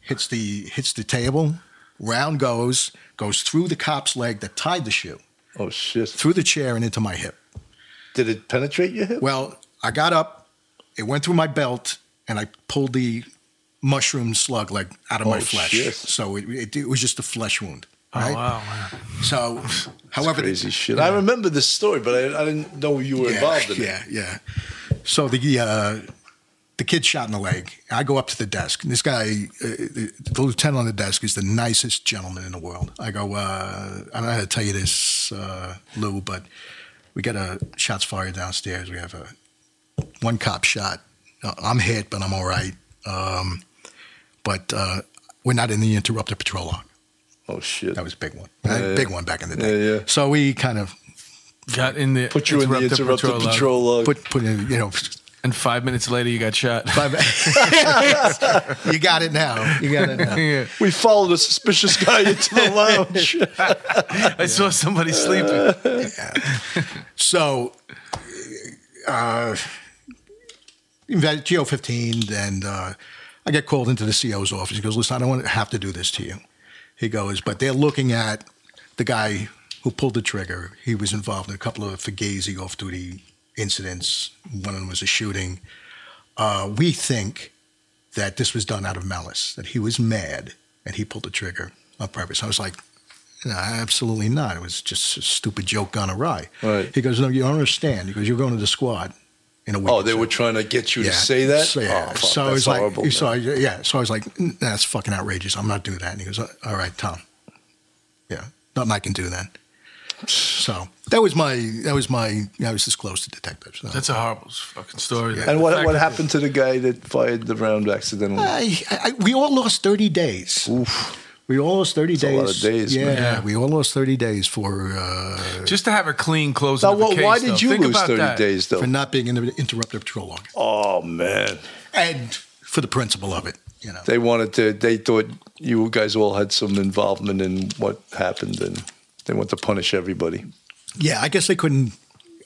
hits the hits the table, round goes, goes through the cop's leg that tied the shoe, Oh, shit. through the chair and into my hip. Did it penetrate your hip? Well, I got up, it went through my belt, and I pulled the mushroom slug leg out of my Oh, flesh. shit. So it, it, it was just a flesh wound. oh Right? wow, man. So, however, Crazy shit. I remember this story, but I, I didn't know you were involved in yeah, Yeah, So the uh, the kid shot in the leg. I go up to the desk, and this guy, uh, the the lieutenant on the desk, is the nicest gentleman in the world. I go, uh, I don't know how to tell you this, uh, Lou, but we got a shots fired downstairs. We have a one cop shot. Uh, I'm hit, but I'm all right. Um, but uh, we're not in the interrupted patrol log. it. Oh, shit. That was a big one, yeah. big one back in the day. Yeah, yeah. So we kind of Got in the Put you in the interrupted patrol, patrol, log, log. put put in, you know and five minutes later you got shot. Five- you got it now. You got it now. Yeah. we followed a suspicious guy into the lounge. I saw somebody sleeping. So, uh, inve- Geo 15, and uh, I get called into the CO's office. He goes, Listen, I don't want to have to do this to you. He goes, But they're looking at the guy who pulled the trigger. He was involved in a couple of Fugazi off duty incidents, one of them was a shooting. Uh, we think that this was done out of malice, that he was mad and he pulled the trigger on purpose. I was like, no, absolutely not. It was just a stupid joke gone awry. Right. He goes, no, you don't understand. He goes, you're going to the squad in a week. Oh, or they two." were trying to get you Yeah. to say that? So, yeah. Oh, fuck, so I that's was like, horrible. so I, yeah. So I was like, "Mm, that's fucking outrageous. I'm not doing that. And he goes, "Uh, all right, Tom. Yeah, nothing I can do then. So that was my, that was my, I was this close to detectives. So. That's a horrible fucking story. and The what, fact what that- Ah. happened to the guy that fired the round accidentally? I, I, we all lost 30 days. Oof. We all lost 30 a days. lot of days, yeah, man. Yeah. we all lost 30 days for uh, Just to have a clean closing. Now, of the wha- case, why did though. you Think lose about 30 that. days, though? for not being in the interrupted patrol log oh, man. and for the principle of it, you know. They wanted to, they thought you guys all had some involvement in what happened and they want to punish everybody. Yeah, I guess they couldn't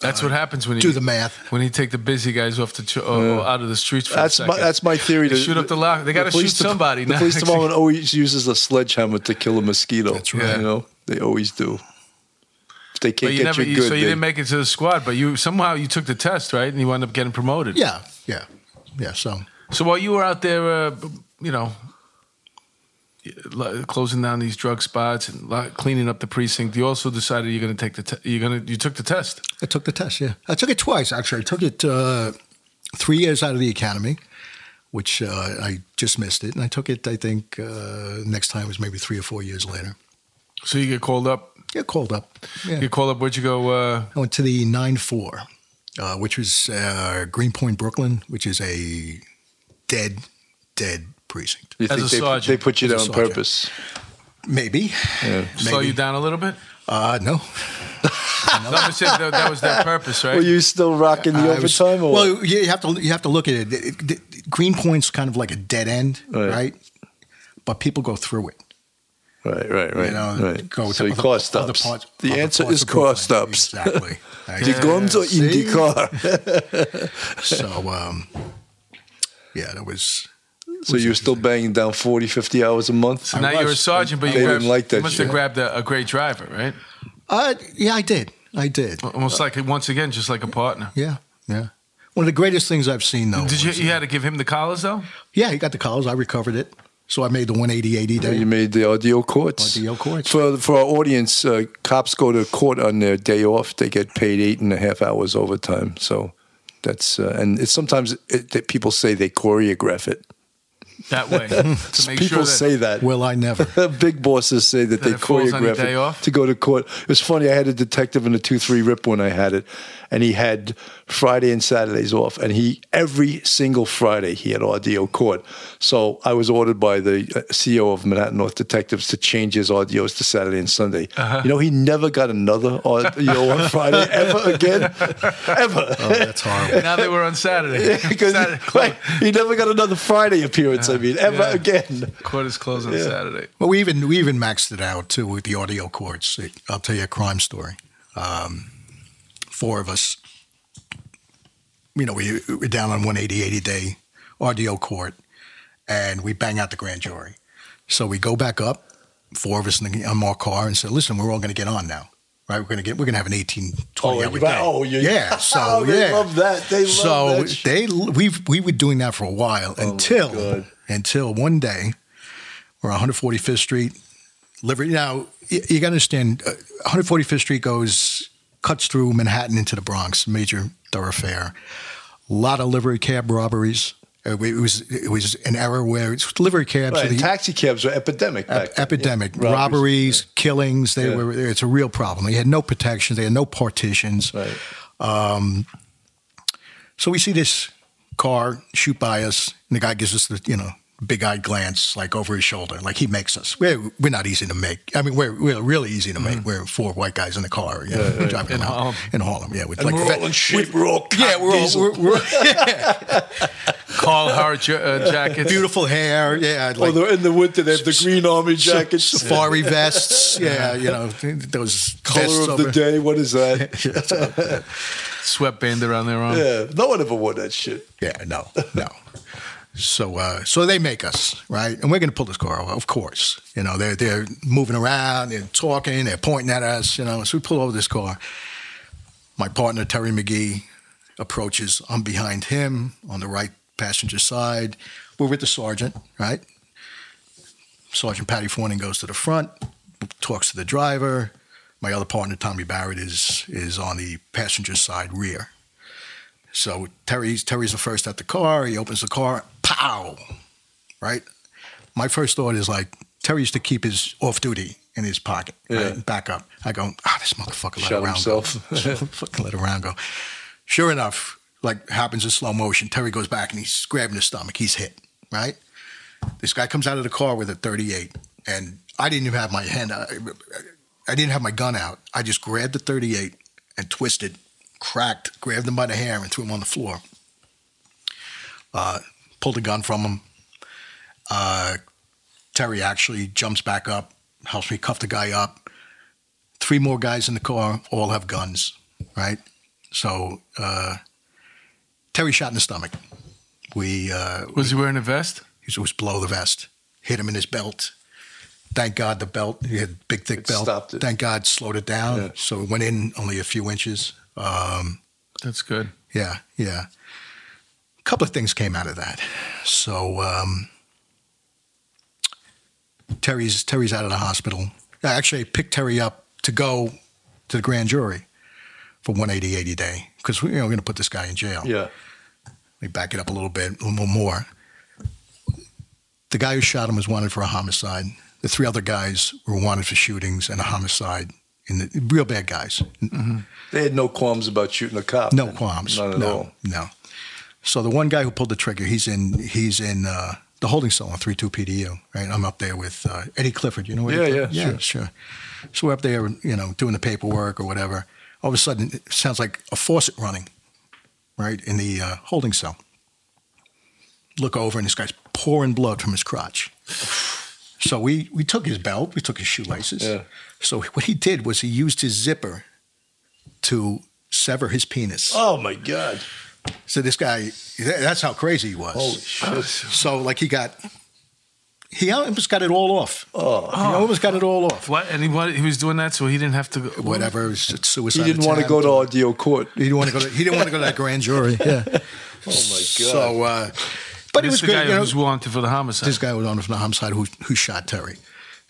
That's what happens when you do the math. when you take the busy guys off the ch- or, or out of the streets. For That's a my, second. that's my theory. They to- shoot up the lock. They gotta police shoot dep- somebody The now. police department always uses a sledgehammer to kill a mosquito. That's right. You know, they always do. they can't But you get never, you you- good, so you they- didn't make it to the squad, but you somehow you took the test, right? And you wound up getting promoted. Yeah, yeah, yeah. So So while you were out there, uh, b- you know, l- closing down these drug spots and lo- cleaning up the precinct, you also decided you're going to take the te- you're going to you took the test. I took the test. Yeah, I took it twice actually. I took it uh, three years out of the academy, which uh, I just missed it, and I took it. I think uh, next time was maybe three or four years later. So you get called up. Get called up. Yeah. You get called up. Where'd you go? Uh, I went to the nine four, uh, which was uh, Greenpoint, Brooklyn, which is a dead, dead precinct. You As think a they, sergeant. they put you As a there on sergeant. purpose. Maybe. Yeah. slow Maybe. you down a little bit. Uh, no. No, I'm saying that, that was their purpose, right? Were you still rocking the I was- overtime? or well, you have to you have to look at it. It- it- Greenpoint's kind of like a dead end, Right. right? But people go through it. right, right, right. You know, right. go so to you other- cost other ups. parts- the other answer parts is of Brooklyn. cost ups. Exactly. Die guns are in die See? car. So, um, yeah, that was So you were still banging down 40, 50 hours a month? so now you're a sergeant, but you, They grabbed, didn't like that you must have shit. grabbed a, a great driver, right? Uh, yeah, I did. I did. Almost like once again, just like a partner. Yeah, yeah. One of the greatest things I've seen, though. Did you? was- You had to give him the collars though. yeah, he got the collars. I recovered it. So I made the 180 80 Yeah, day. You made the audio courts. Audio courts. For for our audience, uh, cops go to court on their day off. They get paid eight and a half hours overtime. So that's uh, and it's sometimes it, that people say they choreograph it. That way, to make people sure that say that. Will I never? Big bosses say that, That they it falls on your choreograph day it off? to go to court. It was funny. I had a detective in a two-three rip when I had it, and he had Friday and Saturdays off, and he every single Friday he had RDO court. So I was ordered by the uh, CEO of Manhattan North Detectives to change his RDOs to Saturday and Sunday. Uh-huh. You know, he never got another RDO on Friday ever again, ever. Oh, that's horrible. now they were on Saturday. Because Saturday. Uh-huh. like, he never got another Friday appearance. I mean, ever Yeah. again. Court is closed on Saturday. But we even we even maxed it out too with the audio courts. I'll tell you a crime story. Um, four of us, you know, we we're down on 180 80 day audio court, and we bang out the grand jury. So we go back up, four of us in the on our car, and say, "Listen, we're all going to get on now, right? We're going to get we're going to have an 18 20 Oh, hour you- day." oh, you- yeah. So they yeah, love that. They love so that shit. they we we were doing that for a while until Oh God. until one day we're on 145th Street, Liberty. Now you, you got to understand, uh, 145th Street goes cuts through Manhattan into the Bronx, major thoroughfare. A lot of livery cab robberies. Uh, we- It was it was an era where it's livery cabs. Right, are and the- taxi cabs were epidemic. Back Ep- then. epidemic, Yeah, robberies, killings. They Yeah. were. It's a real problem. They had no protections. They had no partitions. Right. Um, so we see this car shoot by us, and the guy gives us the you know big eyed glance like over his shoulder, like he makes us. We're we're not easy to make. I mean, we're we're really easy to make. Mm. We're four white guys in the car, you know, driving In around Harlem. in Harlem. Yeah, with And like we're fat- all in shape. We're all yeah, we're all we're, we're Carl Hart ja- uh, jackets. beautiful hair. Yeah, like they're in the winter. They have the green army jackets. safari vests. Yeah, you know those vests Color of the over- day. What is that? sweatband around their arm. yeah, no one ever wore that shit. Yeah, no, no. so, uh, so they make us right, and we're going to pull this car over, of course. You know, they're they're moving around, they're talking, they're pointing at us. You know, so we pull over this car. My partner Terry McGee approaches. I'm behind him on the right passenger side. We're with the sergeant, right? Sergeant Patty Fornin goes to the front, talks to the driver. My other partner, Tommy Barrett, is is on the passenger side rear. So Terry's Terry's the first at the car. He opens the car. Pow! Right. My first thought is like Terry used to keep his off duty in his pocket. Yeah. Right? Back up. I go. Ah, this motherfucker let Shot around go. himself. Fucking let around go. Sure enough, like happens in slow motion. Terry goes back and he's grabbing his stomach. He's hit. Right. This guy comes out of the car with a 38, and I didn't even have my hand. I, I didn't have my gun out. I just grabbed the 38 and twisted, cracked, grabbed him by the hair and threw him on the floor. Uh, pulled a gun from him. Uh, Terry actually jumps back up, helps me cuff the guy up. Three more guys in the car, all have guns, right? So uh, Terry shot in the stomach. We uh, Was he wearing a vest? he was below the vest, hit him in his belt, Thank God the belt, he had big thick It belt. stopped it. Thank God slowed it down. Yeah. So it went in only a few inches. Um, That's good. yeah, yeah. A couple of things came out of that. So um, Terry's Terry's out of the hospital. I actually picked Terry up to go to the grand jury for 180 80 day because you know, we're going to put this guy in jail. Yeah. Let me back it up a little bit, a little more. The guy who shot him was wanted for a homicide. The three other guys were wanted for shootings and a homicide. In the real bad guys, They had no qualms about shooting a cop. no then. qualms. None at no, all. No. So the one guy who pulled the trigger, he's in he's in uh, the holding cell on three two PDU, right? I'm up there with uh, Eddie Clifford. You know Eddie Yeah, yeah, Clifford? sure. yeah, sure. So we're up there, you know, doing the paperwork or whatever. All of a sudden, it sounds like a faucet running, right, in the uh, holding cell. Look over, and this guy's pouring blood from his crotch. So we we took his belt, we took his shoelaces. Yeah. So what he did was he used his zipper to sever his penis. Oh my God. So this guy, that- that's how crazy he was. Holy shit. So like he got, he almost got it all off. Oh. he almost got it all off. What? And he, wanted, he was doing that so he didn't have to go. Whatever, it was suicide. He didn't want to go attempt. to ordeal court. He didn't want to go. To, he didn't want to go to that grand jury. Yeah. Oh my god. So, uh, but it This was the good. guy you who know, was wanted for the homicide. this guy was on from the homicide who who shot Terry.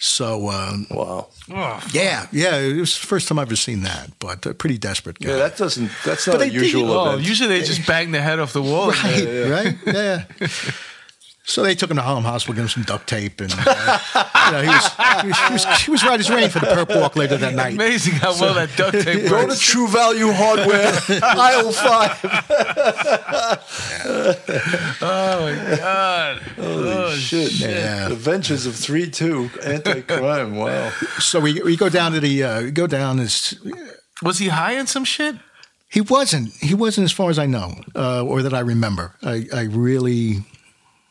So um, Wow. Oh, yeah, yeah, it was the first time I've ever seen that, but a pretty desperate guy. Yeah, that doesn't. That's But not a they did- usual oh, event. usually they just bang the head off the wall. right, right, yeah. So they took him to Harlem Hospital, gave him some duct tape, and uh, you know, he, was, he, was, he, was, he was right as rain for the perp walk later that night. Amazing how well that duct tape Go to works. True Value Hardware, aisle five. Oh my god! Oh, Holy Oh, shit! Yeah. The Vengeance of Three Two Anti-Crime. Wow. So we, we go down to the uh, we go down this. Was he high on some shit? He wasn't he wasn't as far as I know uh, or that I remember. I, I really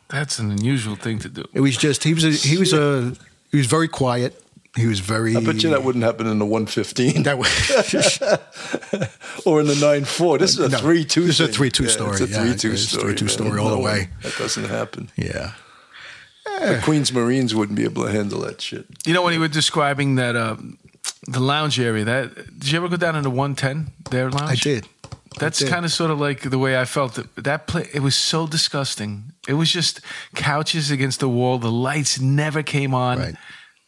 That's an unusual thing to do. it was just he was a, he was a he was very quiet. He was very. I bet you that wouldn't happen in the 115 that was or in the 94. This is a No, 3 2 this is a 3-2 story, It's a yeah, 3 2 it's a story. 3-2 man. story all the No, way. That doesn't happen. yeah. The Queen's Marines wouldn't be able to handle that shit. You know when he was describing that um, the lounge area. That did you ever go down into one ten? Their lounge. I did. That's did. kind of sort of like the way I felt. That, that play, it was so disgusting. It was just couches against the wall. The lights never came on. Right.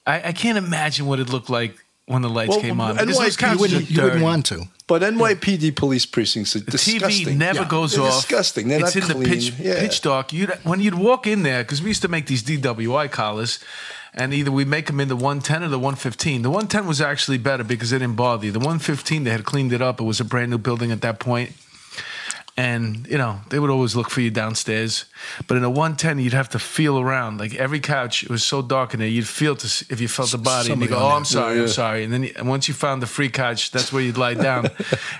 I, I can't imagine what it looked like when the lights Well, came on. NYPD because those couches You wouldn't, are you wouldn't dirty. want to. But NYPD police precincts are The disgusting. TV never Yeah. goes They're off. disgusting. They're it's not in clean. the pitch, Yeah. pitch dark. You'd, when you'd walk in there, because we used to make these DWI collars, and either we make them in the 110 or the 115. The 110 was actually better because it didn't bother you. The 115, they had cleaned it up. It was a brand new building at that point. And, you know, they would always look for you downstairs. But in a 110, you'd have to feel around. Like every couch, it was so dark in there, you'd feel to see, if you felt the body, and you Somebody go, on oh, there." I'm sorry, Yeah, I'm yeah. sorry. And then you- and once you found the free couch, that's where you'd lie down.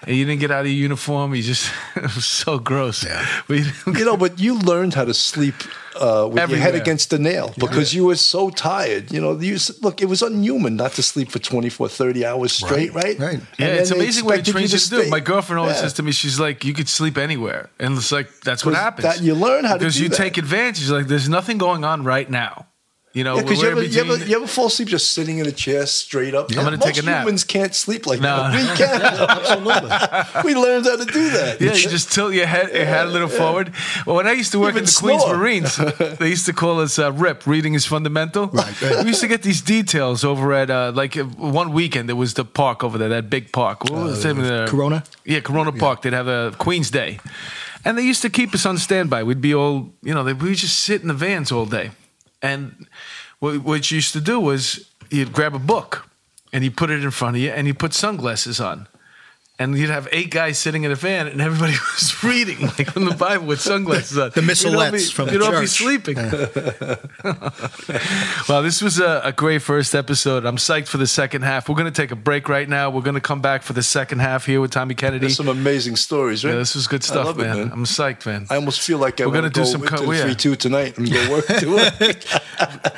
and you didn't get out of your uniform. You just, it was so gross. Yeah. We- you know, but you learned how to sleep uh, with your Everywhere. head against the nail because you were so tired. You know, you, s- look, it was unhuman not to sleep for 24, 30 hours straight, right? Right, right. yeah, And it's then they amazing what it expected trains you to do. stay. My girlfriend always Yeah. says to me, she's like, you could sleep anywhere. And it's like, that's what 'Cause happens. that- you learn how to Because do you that. take advantage. Like, there's nothing going on right now. You know, Yeah, because you, we're ever, in you, ever, between- you ever fall asleep just sitting in a chair straight up? I'm gonna Most take a nap. humans can't sleep like No. that. We can. Absolutely. we learned how to do that. Yeah, you just tilt your head, your head a little forward. Well, when I used to work Even in the Queens snore. Marines, they used to call us uh, RIP, reading is fundamental. Right. we used to get these details over at uh, like uh, one weekend. There was the park over there, that big park. What was it? Uh, Corona? Yeah, Corona Park. They'd have a Queens Day, and they used to keep us on standby. We'd be all, you know, they, we just sit in the vans all day, and what, what you used to do was you'd grab a book and you put it in front of you, and you put sunglasses on and you'd have eight guys sitting in a van, and everybody was reading like from the Bible with sunglasses on. The You'd all be- missalettes from the You'd all be church. sleeping. well, this was a, a great first episode. I'm psyched for the second half. We're going to take a break right now. We're going to come back for the second half here with Tommy Kennedy. There's some amazing stories, right? yeah, this was good I stuff, love it, man. man. I'm psyched, man. I almost feel like I We're gonna want to do go some co- into yeah. the three two tonight and go work to it.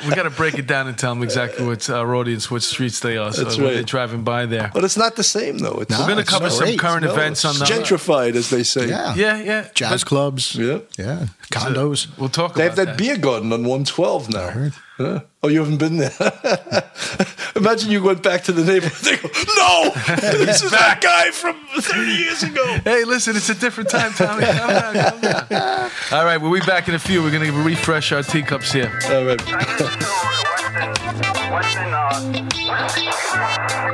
we got to break it down and tell them exactly what our audience, what streets they are, so That's when right. they're driving by there. But it's not the same though. It's We're We're going it's to cover not some great. current no, events on it's the gentrified, as they say. Yeah. Yeah, yeah, Jazz But clubs. Yeah. Yeah. Condos. We'll talk They have about that beer garden on 112 now. Huh? Oh, you haven't been there. Imagine you went back to the neighborhood. They go, no, this is that guy from 30 years ago. Hey, listen, it's a different time, Tommy. Calm down, calm down. All right, we'll be back in a few. We're going to refresh our teacups here. All I right. guess, uh, Western, Western, uh,